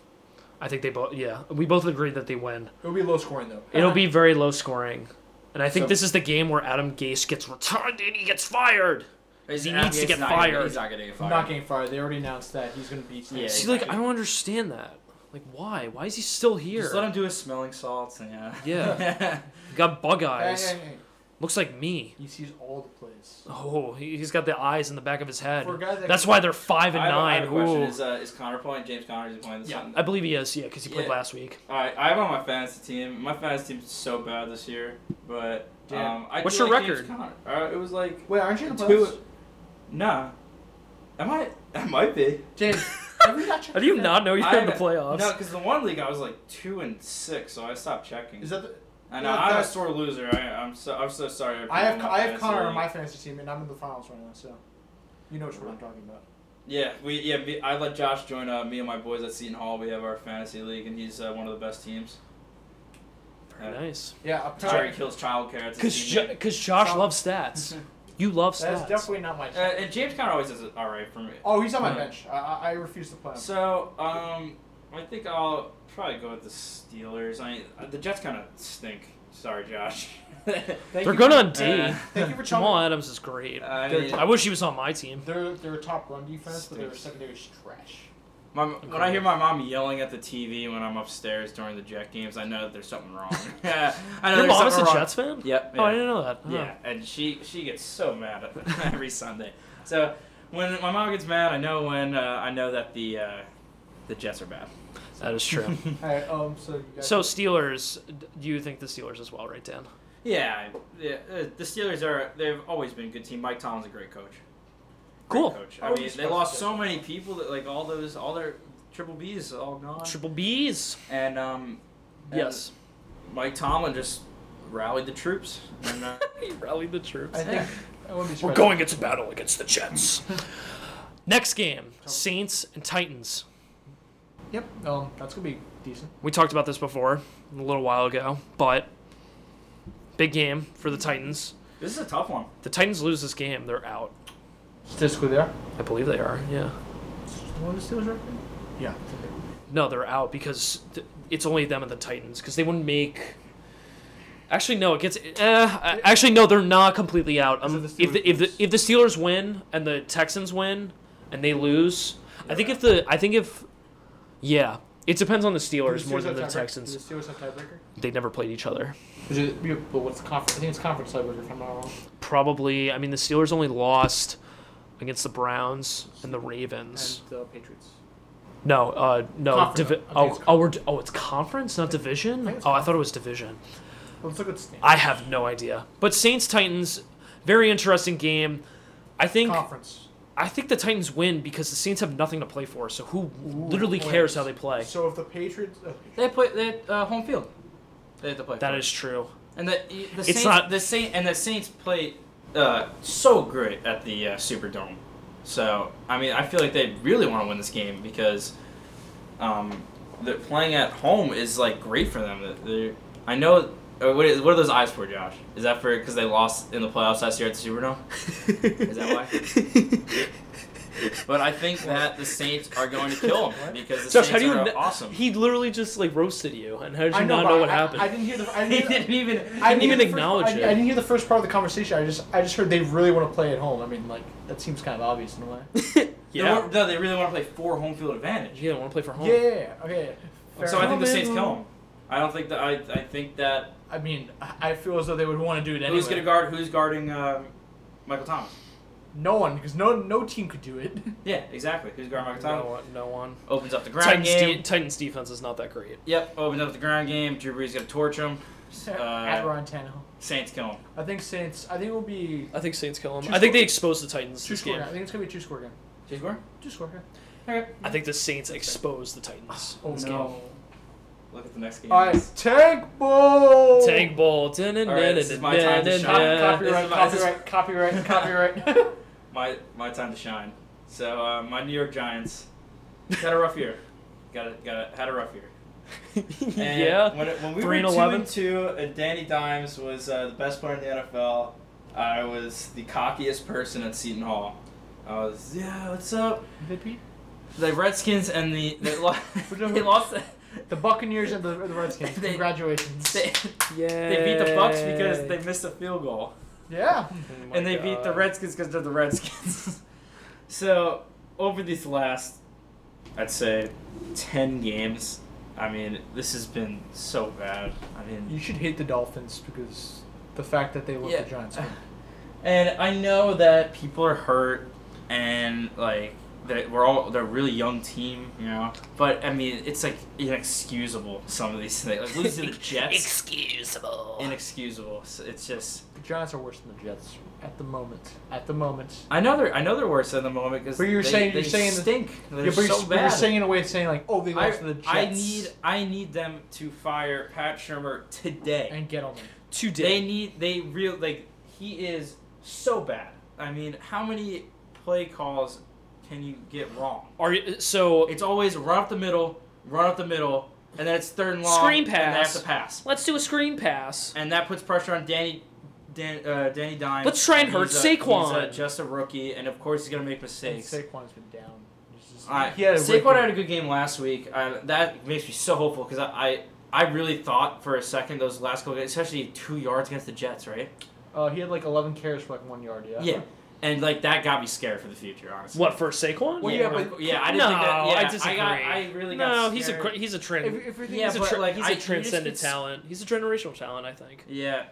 Speaker 1: I think they both. Yeah, we both agree that they win.
Speaker 2: It'll be low scoring though.
Speaker 1: It'll be very low scoring, and I think
Speaker 2: So-
Speaker 1: this is the game where Adam Gase gets returned and he gets fired. He needs to
Speaker 3: He's
Speaker 1: get
Speaker 3: not gonna-
Speaker 1: fired.
Speaker 3: He's not gonna get fired.
Speaker 2: not getting fired. They already announced that he's going to be.
Speaker 3: Yeah,
Speaker 1: See,
Speaker 3: he's
Speaker 1: like I
Speaker 3: actually-
Speaker 1: don't understand that. Like, why? Why is he still here?
Speaker 3: Just let him do his smelling salts and yeah.
Speaker 1: yeah, got bug
Speaker 2: Hey,
Speaker 1: eyes.
Speaker 2: hey, hey.
Speaker 1: Looks like me.
Speaker 2: He sees all the plays.
Speaker 1: Oh, he- he's got the eyes in the back of his head.
Speaker 2: For a guy that-
Speaker 1: That's why they're five and
Speaker 3: I have, I
Speaker 1: nine.
Speaker 3: have a question.
Speaker 1: Ooh.
Speaker 3: Is, uh, is Connor playing? James Connor is he playing this
Speaker 2: Yeah.
Speaker 3: Sunday?
Speaker 1: I believe he is, yeah, because he played
Speaker 3: uh, Yeah.
Speaker 1: last week.
Speaker 3: All right, I have on my fantasy team. My fantasy team's so bad this year, but
Speaker 2: Damn.
Speaker 3: um, I
Speaker 1: What's
Speaker 3: do
Speaker 1: your
Speaker 3: like James
Speaker 1: record?
Speaker 3: Conner. Uh, it was like
Speaker 2: Wait, aren't you in the
Speaker 3: Two-
Speaker 2: playoffs?
Speaker 3: nah. Am I? I might be.
Speaker 2: James, have we not checked
Speaker 1: How do you
Speaker 2: that?
Speaker 1: not know Oh, you're in the
Speaker 3: I-
Speaker 1: playoffs?
Speaker 3: No, because the one league I was like two and six, so I stopped checking.
Speaker 2: Is that the?
Speaker 3: I know
Speaker 2: yeah,
Speaker 3: I'm a
Speaker 2: that-
Speaker 3: sore loser. I, I'm so I'm so sorry.
Speaker 2: I have
Speaker 3: people
Speaker 2: I
Speaker 3: in
Speaker 2: have
Speaker 3: my
Speaker 2: Connor on
Speaker 3: fantasy
Speaker 2: my fantasy team, and I'm in the finals right now. So You know which one I'm talking about.
Speaker 3: Yeah, we yeah me, I let Josh join uh, me and my boys at Seton Hall. We have our fantasy league, and he's uh, one of the best teams.
Speaker 1: Very nice.
Speaker 2: Yeah,
Speaker 3: Jerry
Speaker 2: apparently.
Speaker 3: kills childcare. It's his
Speaker 1: Because
Speaker 3: teammate.
Speaker 1: Josh
Speaker 2: Some-
Speaker 1: loves stats. You love stats.
Speaker 2: That's definitely not my.
Speaker 3: uh, and James Conner always does it all right for me.
Speaker 2: oh, he's on my
Speaker 3: Yeah.
Speaker 2: bench. I, I I refuse to play him.
Speaker 3: So um, I think I'll probably go with the Steelers. I mean, the Jets kind of stink. Sorry, Josh.
Speaker 2: Thank
Speaker 1: They're
Speaker 2: you
Speaker 1: good
Speaker 2: for-
Speaker 1: on D.
Speaker 3: Uh,
Speaker 2: Thank you for
Speaker 1: Jamal
Speaker 2: telling.
Speaker 1: Adams is great.
Speaker 3: I
Speaker 2: They're
Speaker 3: mean,
Speaker 1: I wish he was on my team.
Speaker 2: They're they're a top run defense, but their
Speaker 3: Stinks.
Speaker 2: secondary is trash.
Speaker 3: my, when I hear my mom yelling at the TV when I'm upstairs during the Jet games, I know that there's something wrong. I know
Speaker 1: Your
Speaker 3: there's
Speaker 1: mom is a
Speaker 3: something wrong.
Speaker 1: Jets fan?
Speaker 3: Yep.
Speaker 1: Oh, I
Speaker 3: yeah.
Speaker 1: didn't know that. Huh.
Speaker 3: Yeah, and she she gets so mad at every Sunday. So when my mom gets mad, I know when uh, I know that the uh, the Jets are bad.
Speaker 1: That is true.
Speaker 2: All right, um, so you guys.
Speaker 1: so Steelers, d- do you think the Steelers as well, right, Dan?
Speaker 3: Yeah, yeah. uh, The Steelers are they've always been a good team. Mike Tomlin's a great coach. Great
Speaker 1: Cool.
Speaker 3: coach.
Speaker 2: I
Speaker 3: I
Speaker 2: would
Speaker 3: mean,
Speaker 2: be
Speaker 3: they lost
Speaker 2: surprised
Speaker 3: so many people that like all those all their triple Bs all gone.
Speaker 1: Triple Bs.
Speaker 3: And um, and
Speaker 1: Yes.
Speaker 3: Mike Tomlin just rallied the troops. And, uh,
Speaker 1: He rallied the troops.
Speaker 2: I think I wouldn't be
Speaker 1: We're
Speaker 2: surprised.
Speaker 1: going into battle against the Jets. Next game, Saints and Titans.
Speaker 2: Yep. Um, that's gonna be decent.
Speaker 1: We talked about this before a little while ago, but big game for the Titans.
Speaker 3: this is a tough one.
Speaker 1: The Titans lose this game, they're out.
Speaker 2: Statistically, there.
Speaker 1: I believe they are. Yeah.
Speaker 2: What is Steelers record? Yeah.
Speaker 1: No, they're out because th- it's only them and the Titans because they wouldn't make. Actually, no, it gets. eh, uh, actually, no, they're not completely out. Um,
Speaker 2: Is it the
Speaker 1: if, the, if, the,
Speaker 2: Steelers
Speaker 1: if the Steelers win and the Texans win and they lose, I think if the I think if, yeah, it depends on the Steelers more than the Texans.
Speaker 2: Do the Steelers have tiebreaker?
Speaker 1: They never played each other.
Speaker 2: Is it, yeah, but what's the conference? I think it's conference tiebreaker, if I'm not wrong.
Speaker 1: Probably. I mean, the Steelers only lost against the Browns and the Ravens.
Speaker 2: the uh, Patriots.
Speaker 1: No, uh, no.
Speaker 2: Conference. I
Speaker 1: Divi-
Speaker 2: think
Speaker 1: oh,
Speaker 2: it's
Speaker 1: oh, we're, oh, it's conference, not division.
Speaker 2: think it's
Speaker 1: Oh, I thought it was division.
Speaker 2: Let's look at standings.
Speaker 1: I have no idea. But Saints Titans, very interesting game. I think
Speaker 2: conference.
Speaker 1: I think the Titans win because the Saints have nothing to play for. So who literally
Speaker 2: who
Speaker 1: cares
Speaker 2: cares?
Speaker 1: how they play?
Speaker 2: So if the Patriots, uh,
Speaker 3: They play they had, uh, home field. They had to play.
Speaker 1: That
Speaker 3: for.
Speaker 1: is true.
Speaker 3: And the e, the Saints,
Speaker 1: not-
Speaker 3: the Saint and the Saints played uh, so great at the uh, Superdome. So I mean, I feel like they really want to win this game because um, they're playing at home is like great for them. That They're, I know. Or what, is, what are those eyes for, Josh? Is that for because they lost in the playoffs last year at the Superdome?
Speaker 1: is
Speaker 3: that But I think that the Saints are going to kill them
Speaker 2: What?
Speaker 3: because the
Speaker 1: Josh,
Speaker 3: Saints
Speaker 1: how do you?
Speaker 3: are
Speaker 1: kn-
Speaker 3: awesome.
Speaker 1: He literally just like roasted you, and how did you
Speaker 2: I know,
Speaker 1: not
Speaker 2: but
Speaker 1: know what
Speaker 2: I,
Speaker 1: happened?
Speaker 2: I, didn't hear the. I
Speaker 3: he
Speaker 2: didn't,
Speaker 3: didn't even.
Speaker 2: I
Speaker 1: didn't even
Speaker 2: hear the first
Speaker 1: acknowledge
Speaker 2: part- I,
Speaker 1: it.
Speaker 2: I didn't hear the first part of the conversation. I just, I just heard they really want to play at home. I mean, like that seems kind of obvious in a way.
Speaker 1: yeah,
Speaker 3: No, they really want to play for home field advantage.
Speaker 1: yeah, I want to play for home.
Speaker 2: Yeah, yeah, yeah. Okay. fair
Speaker 3: So I
Speaker 2: enough.
Speaker 1: Oh,
Speaker 3: think the Saints kill him. I don't think that I, I think that
Speaker 2: I mean, I I feel as though they would want to do it anyway.
Speaker 3: who's gonna guard who's guarding um, Michael Thomas?
Speaker 2: No one, because no, no team could do it.
Speaker 3: Yeah, exactly. Who's guarding Michael
Speaker 1: No
Speaker 3: Thomas?
Speaker 1: one, no one.
Speaker 3: Opens up the ground
Speaker 1: Titans,
Speaker 3: game.
Speaker 1: de- Titans defense is not that great.
Speaker 3: Yep, opens up the ground game. Drew Brees gonna torch him.
Speaker 2: at
Speaker 3: Uh,
Speaker 2: Ryan Tannehill.
Speaker 3: Saints kill him.
Speaker 2: I think Saints. I think it will be
Speaker 1: I think Saints kill them.
Speaker 2: Two
Speaker 1: I think
Speaker 2: score-
Speaker 1: they expose the Titans
Speaker 2: two
Speaker 1: this
Speaker 2: score.
Speaker 1: game.
Speaker 2: Game. I think it's gonna be two score game.
Speaker 3: Did you score?
Speaker 2: Two score game.
Speaker 3: Okay.
Speaker 1: I think the Saints expose the Titans.
Speaker 2: Oh
Speaker 1: this game.
Speaker 2: no!
Speaker 3: Look at the next game.
Speaker 2: All right, tank bowl.
Speaker 1: Tank Bowl.
Speaker 3: right, this is my time to
Speaker 2: Cop-
Speaker 3: shine.
Speaker 1: Da-da-da-da-da.
Speaker 3: This
Speaker 2: copyright,
Speaker 3: is my- this is-
Speaker 2: copyright, copyright, copyright.
Speaker 3: My my time to shine. So uh, my New York Giants had a rough year. Got a, got a, had a rough year. And
Speaker 1: yeah.
Speaker 3: When, it, when we
Speaker 1: Three and
Speaker 3: were
Speaker 1: 11.
Speaker 3: two and two, and Danny Dimes was uh, the best player in the NFL, I was the cockiest person at Seton Hall. I was, yeah, what's up?
Speaker 2: Did Pete?
Speaker 3: The Redskins and the they, lo-
Speaker 2: What
Speaker 3: they
Speaker 2: number?
Speaker 3: lost. uh,
Speaker 2: The Buccaneers and the, the Redskins.
Speaker 3: They-
Speaker 2: Congratulations.
Speaker 3: They,
Speaker 1: Yeah.
Speaker 3: they beat the Bucks because they missed a field goal,
Speaker 2: Oh yeah.
Speaker 3: and they beat the Redskins because they're the Redskins. so over these last, I'd say, ten games. I mean, this has been so bad. I mean,
Speaker 2: You should hate the Dolphins because the fact that they let
Speaker 3: Yeah.
Speaker 2: the Giants win.
Speaker 3: And I know that people are hurt, and like that we're all they're a really young team, you know. But I mean, it's like inexcusable some of these things. Like losing to the Jets,
Speaker 1: Excusable.
Speaker 3: inexcusable. So it's just
Speaker 2: The Giants are worse than the Jets at the moment. At the moment.
Speaker 3: I know they're I know they're worse at the moment because
Speaker 2: But you were
Speaker 3: they,
Speaker 2: saying-
Speaker 3: they
Speaker 2: you're saying that-
Speaker 3: stink. They're
Speaker 2: yeah, but
Speaker 3: so
Speaker 2: you're, but
Speaker 3: bad.
Speaker 2: you're saying in a way of saying like, oh, they
Speaker 3: I,
Speaker 2: lost to the Jets.
Speaker 3: I need I need them to fire Pat Shermer today.
Speaker 2: and get on them.
Speaker 1: Today.
Speaker 3: They need they real like he is so bad. I mean, how many play calls can you get wrong?
Speaker 1: Are you, so?
Speaker 3: It's always run up the middle, run up the middle, and then it's third and long.
Speaker 1: Screen
Speaker 3: And they have
Speaker 1: pass.
Speaker 3: to pass.
Speaker 1: Let's do a screen pass.
Speaker 3: And that puts pressure on Danny. Dan, uh, Danny Dimes.
Speaker 1: Let's try and
Speaker 3: He's
Speaker 1: hurt
Speaker 3: a- he's a-
Speaker 1: Saquon.
Speaker 3: just a rookie, and of course he's gonna make mistakes.
Speaker 2: Saquon's been down. He's just-
Speaker 3: I,
Speaker 2: he had a
Speaker 3: Saquon
Speaker 2: wicked-
Speaker 3: had a good game last week. I, that makes me so hopeful because I, I, I really thought for a second those last couple, games, especially two yards against the Jets, right?
Speaker 2: uh, he had like 11 carries for like one yard. Yeah.
Speaker 3: Yeah, and like that got me scared for the future, honestly.
Speaker 1: What for Saquon?
Speaker 2: Well,
Speaker 3: yeah,
Speaker 2: yeah,
Speaker 3: but, yeah, I didn't
Speaker 1: no,
Speaker 3: think that. Yeah,
Speaker 1: I disagree.
Speaker 3: got, I really got
Speaker 1: no, he's a
Speaker 3: scared.
Speaker 1: gr- he's a trend.
Speaker 2: If, if you're thinking
Speaker 3: Yeah,
Speaker 1: he's a,
Speaker 3: but,
Speaker 1: tra-
Speaker 3: like,
Speaker 1: he's
Speaker 3: I-
Speaker 1: a
Speaker 3: you just
Speaker 1: transcendent
Speaker 3: could s-
Speaker 1: talent. He's a generational talent, I think.
Speaker 3: Yeah,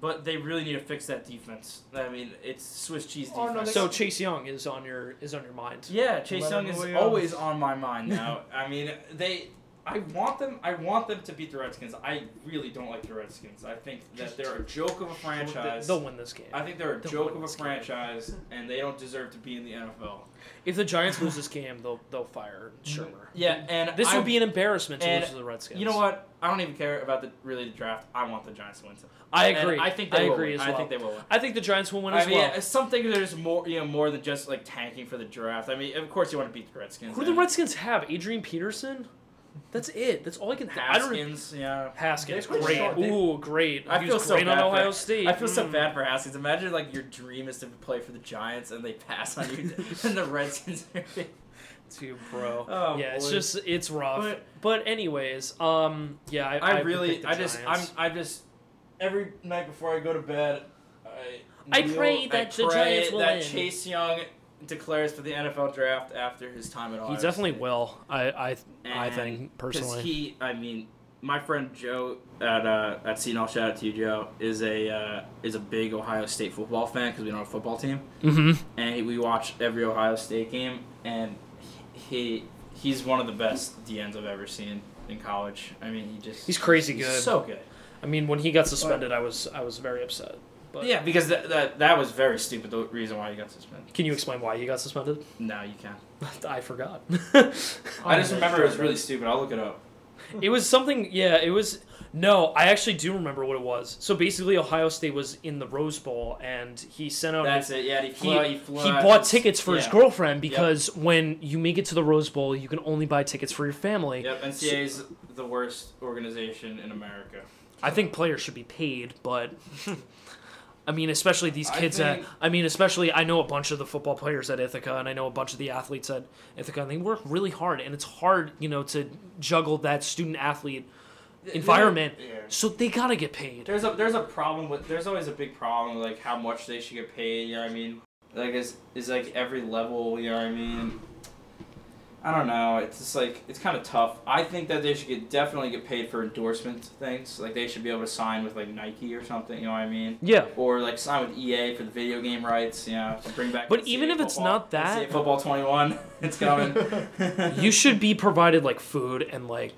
Speaker 3: but they really need to fix that defense. I mean, it's Swiss cheese
Speaker 2: Oh,
Speaker 3: defense.
Speaker 2: no,
Speaker 1: So
Speaker 2: they-
Speaker 1: Chase Young is on your is on your mind.
Speaker 3: yeah, Chase
Speaker 2: Leonard
Speaker 3: Young is
Speaker 2: Williams.
Speaker 3: always on my mind now. I mean, they. I want them. I want them to beat the Redskins. I really don't like the Redskins. I think that they're a joke of a franchise.
Speaker 1: They'll win this game.
Speaker 3: I think they're a
Speaker 1: Don't
Speaker 3: joke
Speaker 1: let
Speaker 3: of a
Speaker 1: this game-
Speaker 3: franchise, and they don't deserve to be in the NFL.
Speaker 1: If the Giants lose this game, they'll they'll fire Shermer.
Speaker 3: Yeah, and
Speaker 1: This
Speaker 3: Mm-hmm. I,
Speaker 1: would be an embarrassment to
Speaker 3: and
Speaker 1: lose to the Redskins.
Speaker 3: You know what? I don't even care about the really the draft. I want the Giants to win. Tonight.
Speaker 1: I
Speaker 3: And
Speaker 1: agree.
Speaker 3: I think they will
Speaker 1: agree
Speaker 3: win.
Speaker 1: as well.
Speaker 3: I think they will. Win.
Speaker 1: I think the Giants will win
Speaker 3: I
Speaker 1: as
Speaker 3: mean,
Speaker 1: well.
Speaker 3: yeah, it's something there's more, you know, more than just like tanking for the draft. I mean, of course you want to beat the Redskins.
Speaker 1: Who do the
Speaker 3: and
Speaker 1: Redskins have? Adrian Peterson. That's it. That's all I can. Th- I don't.
Speaker 3: Haskins, yeah.
Speaker 1: Haskins,
Speaker 2: They put
Speaker 1: great.
Speaker 2: Sean- they-
Speaker 1: Ooh, great.
Speaker 3: I
Speaker 1: he
Speaker 3: feel
Speaker 1: was
Speaker 3: so
Speaker 1: great on
Speaker 3: bad for
Speaker 1: Ohio
Speaker 3: that.
Speaker 1: State.
Speaker 3: I feel so
Speaker 1: Mm.
Speaker 3: bad for Haskins. Imagine like your dream is to play for the Giants and they pass on you, and the Redskins. Are
Speaker 1: too, bro.
Speaker 3: Oh,
Speaker 1: yeah, it's
Speaker 3: boy.
Speaker 1: just it's rough.
Speaker 3: But-
Speaker 1: But, anyways, um, yeah, I,
Speaker 3: I
Speaker 1: would pick
Speaker 3: really,
Speaker 1: the
Speaker 3: I just, I'm,
Speaker 1: Giants.
Speaker 3: I just, every night before I go to bed, I,
Speaker 1: I
Speaker 3: kneel,
Speaker 1: pray that the
Speaker 3: pray
Speaker 1: Giants will
Speaker 3: that
Speaker 1: win.
Speaker 3: Chase Young declares for the NFL draft after his time at
Speaker 1: He
Speaker 3: Ohio.
Speaker 1: definitely
Speaker 3: State.
Speaker 1: will. I I I
Speaker 3: And-
Speaker 1: think
Speaker 3: 'Cause
Speaker 1: personally.
Speaker 3: he, I mean, my friend Joe at uh, at CNL, shout out to you, Joe, is a uh, is a big Ohio State football fan because we don't have a football team,
Speaker 1: mm-hmm.
Speaker 3: and we watch every Ohio State game, and he he's one of the best DNs I've ever seen in college. I mean, he just
Speaker 1: He's crazy
Speaker 3: he's
Speaker 1: good.
Speaker 3: so good.
Speaker 1: I mean, when he got suspended, I was I was very upset. But
Speaker 3: yeah, because that, that that was very stupid. The reason why you got suspended.
Speaker 1: Can you explain why he got suspended?
Speaker 3: No, you can't.
Speaker 1: I forgot.
Speaker 3: I just remember it was really stupid. I'll look it up.
Speaker 1: it was something. Yeah, it was. No, I actually do remember what it was. So basically, Ohio State was in the Rose Bowl, and he sent out.
Speaker 3: That's it. Yeah, he
Speaker 1: he,
Speaker 3: flew. out- he, flew
Speaker 1: he
Speaker 3: out.
Speaker 1: bought tickets for his
Speaker 3: Yeah.
Speaker 1: girlfriend because when you make it to the Rose Bowl, you can only buy tickets for your family.
Speaker 3: Yep, NCAA is the worst organization in America.
Speaker 1: I think players should be paid, but I mean, especially these
Speaker 3: I
Speaker 1: kids.
Speaker 3: think-
Speaker 1: at, I mean, especially I know a bunch of the football players at Ithaca, and I know a bunch of the athletes at Ithaca, and they work really hard, and it's hard, you know, to juggle that student athlete environment.
Speaker 3: Yeah.
Speaker 1: So they gotta get paid.
Speaker 3: There's a there's a problem with there's always a big problem with like how much they should get paid. You know what I mean? Like is is like every level. You know what I mean? I don't know. It's just like it's kind of tough. I think that they should get definitely get paid for endorsement things. Like they should be able to sign with like Nike or something. You know what I mean?
Speaker 1: Yeah,
Speaker 3: Or like sign with EA for the video game rights. You know, to bring back.
Speaker 1: But
Speaker 3: NCAA
Speaker 1: even if it's
Speaker 3: football.
Speaker 1: not that-
Speaker 3: NCAA football twenty one, it's coming.
Speaker 1: you should be provided like food and like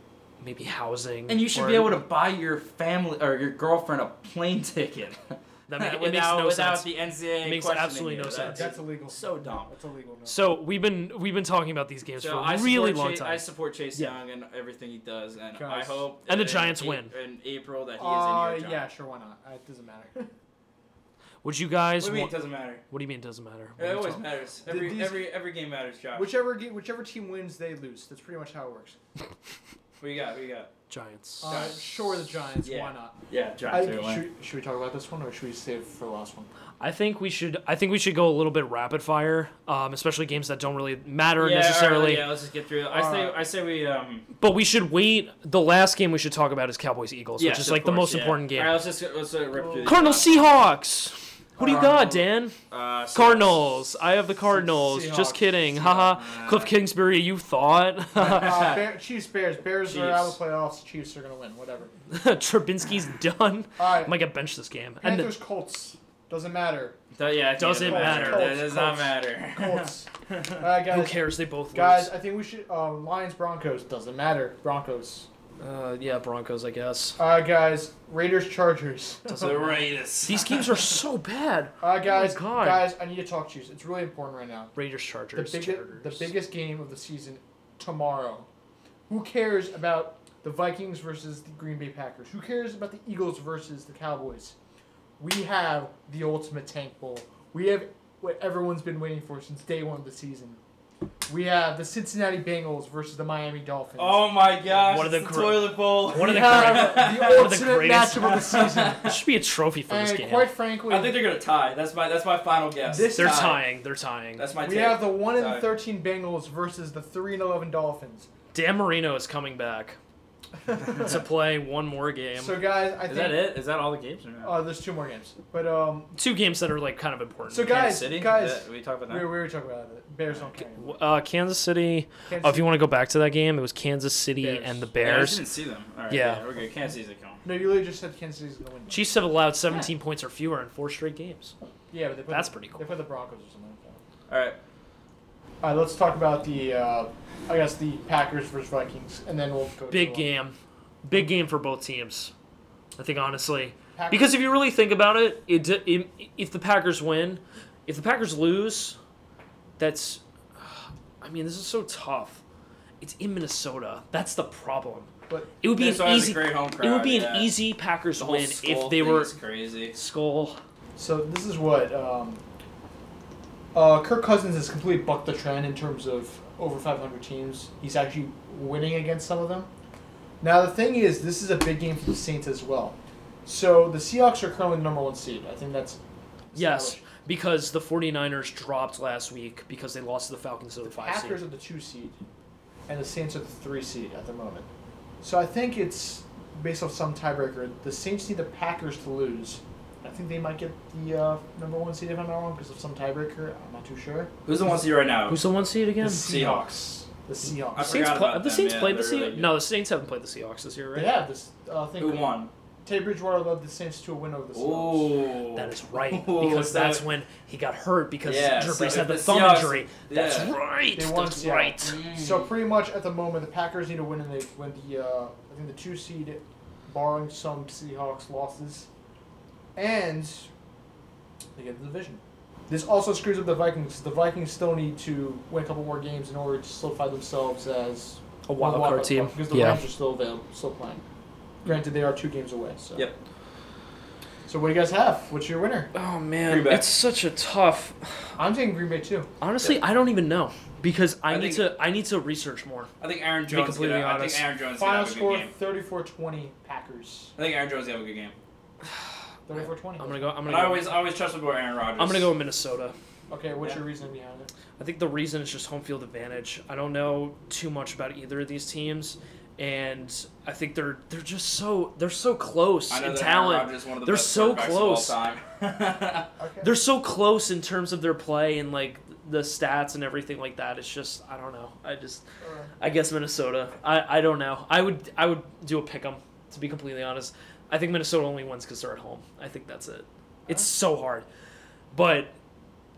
Speaker 1: maybe housing,
Speaker 3: And you should be able to buy your family or your girlfriend a plane ticket.
Speaker 1: That make, it makes
Speaker 3: without,
Speaker 1: no
Speaker 3: without
Speaker 1: sense.
Speaker 3: the NCAA
Speaker 1: It makes
Speaker 3: questioning
Speaker 1: absolutely
Speaker 3: you.
Speaker 1: no
Speaker 3: That's-
Speaker 2: That's illegal.
Speaker 3: So dumb.
Speaker 2: That's illegal. No.
Speaker 1: So we've been we've been talking about these games
Speaker 3: So
Speaker 1: for
Speaker 3: I
Speaker 1: a really
Speaker 3: support
Speaker 1: long
Speaker 3: Chase, I
Speaker 1: time.
Speaker 3: support Chase
Speaker 1: Yeah.
Speaker 3: Young and everything he does, and I
Speaker 2: Guys.
Speaker 3: hope
Speaker 1: And the
Speaker 3: that in
Speaker 1: Giants
Speaker 3: A-
Speaker 1: win.
Speaker 3: in April that he
Speaker 2: Uh,
Speaker 3: is in your
Speaker 2: yeah,
Speaker 3: job.
Speaker 2: sure, why not? Uh, It doesn't matter.
Speaker 1: Would you guys?
Speaker 3: What do you mean
Speaker 1: want-
Speaker 3: it doesn't matter?
Speaker 1: what do you mean it doesn't matter? What are
Speaker 3: It
Speaker 1: you
Speaker 3: always
Speaker 1: talking-
Speaker 3: matters.
Speaker 2: Did
Speaker 3: Every
Speaker 2: these-
Speaker 3: every every game matters, Josh.
Speaker 2: whichever ge- whichever team wins, they lose. That's pretty much how it works.
Speaker 3: what you got? What you got?
Speaker 1: Giants.
Speaker 2: Uh,
Speaker 3: Giants.
Speaker 2: sure, the Giants.
Speaker 3: Yeah.
Speaker 2: Why not?
Speaker 3: Yeah,
Speaker 2: I,
Speaker 3: Giants are winning.
Speaker 2: should, should we talk about this one or should we save it for the last one?
Speaker 1: I think we should. I think we should go a little bit rapid fire, um, especially games that don't really matter
Speaker 3: yeah,
Speaker 1: necessarily.
Speaker 3: alright, yeah, let's just get through. it. I say
Speaker 2: Alright.
Speaker 3: I say we um.
Speaker 1: But we should wait. The last game we should talk about is Cowboys Eagles, which
Speaker 3: yes,
Speaker 1: is
Speaker 3: of
Speaker 1: like the most
Speaker 3: course, yeah.
Speaker 1: important game.
Speaker 3: Alright, let's just let's uh, rip through. these.
Speaker 1: Cardinals Seahawks. Who do you got,
Speaker 3: Cardinals.
Speaker 1: Dan?
Speaker 3: Uh, so-
Speaker 1: Cardinals. I have the Cardinals. Just
Speaker 2: Seahawks.
Speaker 1: kidding. Haha.
Speaker 3: Seahawks.
Speaker 1: Cliff Kingsbury, you thought?
Speaker 2: Uh, Bear, Chiefs, Bears. Bears are out of
Speaker 3: Chiefs.
Speaker 2: the playoffs. Chiefs are gonna win. Whatever.
Speaker 1: Trubinsky's done.
Speaker 2: All
Speaker 1: I
Speaker 2: right.
Speaker 1: might get benched this game. And
Speaker 2: Panthers, Colts. Doesn't matter.
Speaker 3: Th- yeah, I think
Speaker 1: Doesn't
Speaker 3: it
Speaker 1: matter.
Speaker 3: That
Speaker 2: Colts,
Speaker 3: does not
Speaker 2: Colts.
Speaker 3: matter.
Speaker 2: Colts. All right,
Speaker 1: who
Speaker 2: guys.
Speaker 1: cares? They both
Speaker 2: Guys, I think we should. Um, Lions, Broncos. Doesn't matter. Broncos.
Speaker 1: lose. Uh, yeah, Broncos, I guess.
Speaker 2: All right, guys. Raiders, Chargers.
Speaker 1: Doesn't
Speaker 3: the
Speaker 1: matter.
Speaker 3: Raiders.
Speaker 1: These games are so bad. Oh
Speaker 2: All right, Uh, guys.
Speaker 1: God.
Speaker 2: guys, I need to talk to you. It's really important right now.
Speaker 1: Raiders,
Speaker 2: The
Speaker 1: Chargers.
Speaker 2: biggest, the
Speaker 1: Chargers.
Speaker 2: biggest game of the season tomorrow. Who cares about the Vikings versus the Green Bay Packers? Who cares about the Eagles versus the Cowboys? We have the ultimate tank bowl. We have what everyone's been waiting for since day one of the season. We have the Cincinnati Bengals versus the Miami Dolphins.
Speaker 3: Oh my gosh!
Speaker 1: One of
Speaker 3: it's
Speaker 1: the
Speaker 3: the
Speaker 1: gr-
Speaker 3: toilet bowl.
Speaker 1: One of
Speaker 2: we
Speaker 1: the
Speaker 2: have
Speaker 1: great-
Speaker 2: the
Speaker 1: one of the
Speaker 2: ultimate
Speaker 1: greatest-
Speaker 2: matchup of the season.
Speaker 1: This should be a trophy for this
Speaker 2: and
Speaker 1: game.
Speaker 2: quite frankly,
Speaker 3: I think they're gonna tie. That's my that's my final guess.
Speaker 2: This-
Speaker 1: They're
Speaker 3: tie.
Speaker 1: tying. They're tying.
Speaker 3: That's my.
Speaker 2: we
Speaker 3: take.
Speaker 2: have the one and
Speaker 3: Sorry.
Speaker 2: thirteen Bengals versus the three and eleven Dolphins.
Speaker 1: Dan Marino is coming back to play one more game.
Speaker 2: So guys, I
Speaker 3: Is
Speaker 2: think
Speaker 3: that it? Is that all the games? Or no?
Speaker 2: Uh, there's two more games, but um,
Speaker 1: Two games that are like kind of important.
Speaker 2: So,
Speaker 3: Kansas
Speaker 2: guys,
Speaker 3: City?
Speaker 2: guys,
Speaker 3: Is that- we talked
Speaker 2: we
Speaker 3: about
Speaker 2: we
Speaker 3: that.
Speaker 2: were talking about it. Bears don't care. anymore.
Speaker 1: uh, Kansas City.
Speaker 2: Kansas
Speaker 1: Oh, if you want to go back to that game, it was Kansas City
Speaker 2: Bears.
Speaker 1: and the
Speaker 3: Yeah, I just
Speaker 1: Bears.
Speaker 3: didn't see them. All right,
Speaker 1: Yeah.
Speaker 3: yeah. we're good. Kansas City's going.
Speaker 2: City- no, you literally just said Kansas City's gonna win.
Speaker 1: Chiefs have allowed 17 points or fewer in four straight games.
Speaker 2: Yeah, but they put
Speaker 1: That's
Speaker 2: the,
Speaker 1: pretty cool.
Speaker 2: They put the Broncos or something like that.
Speaker 3: All right.
Speaker 2: All right, let's talk about the, uh, I guess the Packers versus Vikings, and then we'll go. to uh,
Speaker 1: Big
Speaker 2: the-
Speaker 1: game. Big game for both teams. I think honestly,
Speaker 2: Packers-
Speaker 1: because if you really think about it, it, d- im- if the Packers win, if the Packers lose, that's I mean, this is so tough. It's in Minnesota. That's the problem.
Speaker 2: But
Speaker 1: It would be
Speaker 3: Minnesota
Speaker 1: an
Speaker 3: has a
Speaker 1: easy
Speaker 3: great home
Speaker 1: It would
Speaker 3: crowd,
Speaker 1: be
Speaker 3: yeah.
Speaker 1: an easy Packers
Speaker 3: The whole
Speaker 1: win
Speaker 3: skull
Speaker 1: if they
Speaker 3: thing
Speaker 1: were
Speaker 3: is crazy.
Speaker 1: skull.
Speaker 2: so this is what um, uh, Kirk Cousins has completely bucked the trend in terms of over 500 teams. He's actually winning against some of them. Now the thing is, this is a big game for the Saints as well. So the Seahawks are currently the number one seed. I think that's
Speaker 1: Yes,
Speaker 2: established.
Speaker 1: because the 49ers dropped last week because they lost to the Falcons to the, five
Speaker 2: Packers
Speaker 1: seed.
Speaker 2: are the two seed, and the Saints are the three seed at the moment. So I think it's based off some tiebreaker. The Saints need the Packers to lose. I think they might get the uh, number one seed if I'm not wrong because of some tiebreaker. I'm not too sure.
Speaker 3: Who's the one seed right now?
Speaker 1: Who's the one seed again?
Speaker 2: The
Speaker 3: Seahawks.
Speaker 2: The
Speaker 3: I
Speaker 1: The
Speaker 2: Seahawks.
Speaker 3: forgot
Speaker 1: Saints, play,
Speaker 3: about
Speaker 1: have the
Speaker 3: them,
Speaker 1: Saints
Speaker 3: yeah,
Speaker 1: played the Seahawks.
Speaker 3: they're really good.
Speaker 1: no, the Saints haven't played the Seahawks this year, right?
Speaker 2: They have this. Uh, I think
Speaker 3: Who won?
Speaker 2: Teddy Bridgewater led the Saints to a win over the Seahawks.
Speaker 3: Oh,
Speaker 1: That is right
Speaker 3: Ooh,
Speaker 1: because
Speaker 3: so-
Speaker 1: that's when he got hurt because
Speaker 3: Yeah,
Speaker 1: Drew
Speaker 3: so
Speaker 1: Brees
Speaker 3: if
Speaker 1: had the,
Speaker 3: the
Speaker 1: thumb
Speaker 3: Seahawks-
Speaker 1: injury. That's
Speaker 3: yeah.
Speaker 1: right.
Speaker 2: They won
Speaker 1: That's
Speaker 2: Seattle.
Speaker 1: right.
Speaker 3: Mm.
Speaker 2: So pretty much at the moment, the Packers need to win, and they win the uh, I think the two seed, barring some Seahawks losses, and they get the division. This also screws up the Vikings. The Vikings still need to win a couple more games in order to solidify themselves as
Speaker 1: A wild
Speaker 2: wild
Speaker 1: card team.
Speaker 2: because the
Speaker 1: Yeah.
Speaker 2: Rams are still available, still playing. Granted, they are two games away. So.
Speaker 3: Yep.
Speaker 2: So what do you guys have? What's your winner?
Speaker 1: Oh
Speaker 3: Green
Speaker 1: man,
Speaker 3: Bay.
Speaker 1: it's such a tough.
Speaker 2: I'm taking Green Bay too.
Speaker 1: Honestly, I don't even know because I,
Speaker 3: I
Speaker 1: need
Speaker 3: think-
Speaker 1: to. I need to research more.
Speaker 3: I think Aaron
Speaker 1: To be
Speaker 3: Jones. is
Speaker 1: completely
Speaker 3: gonna, I
Speaker 1: honest.
Speaker 3: think Aaron Jones. is gonna
Speaker 2: Final
Speaker 3: have a good
Speaker 2: score
Speaker 3: game.
Speaker 2: 34-20 Packers.
Speaker 3: I think Aaron Jones is gonna have a good game.
Speaker 2: 34-20.
Speaker 1: I'm gonna go. I'm
Speaker 3: But
Speaker 1: gonna.
Speaker 3: I
Speaker 1: Go,
Speaker 3: always, I always trust the boy Aaron Rodgers.
Speaker 1: I'm gonna go Minnesota.
Speaker 2: Okay, what's
Speaker 3: Yeah.
Speaker 2: your reasoning behind it?
Speaker 1: I think the reason is just home field advantage. I don't know too much about either of these teams, and I think they're they're just so they're so close
Speaker 3: I know
Speaker 1: in
Speaker 3: that Aaron
Speaker 1: talent.
Speaker 3: Rodgers is one of the
Speaker 1: They're
Speaker 3: best
Speaker 1: so
Speaker 3: quarterbacks of
Speaker 1: close.
Speaker 3: all time.
Speaker 2: Okay.
Speaker 1: They're so close in terms of their play and like the stats and everything like that. It's just I don't know. I just I guess Minnesota. I I don't know. I would I would do a pick 'em to be completely honest. I think Minnesota only wins because they're at home. I think that's it. It's so hard, but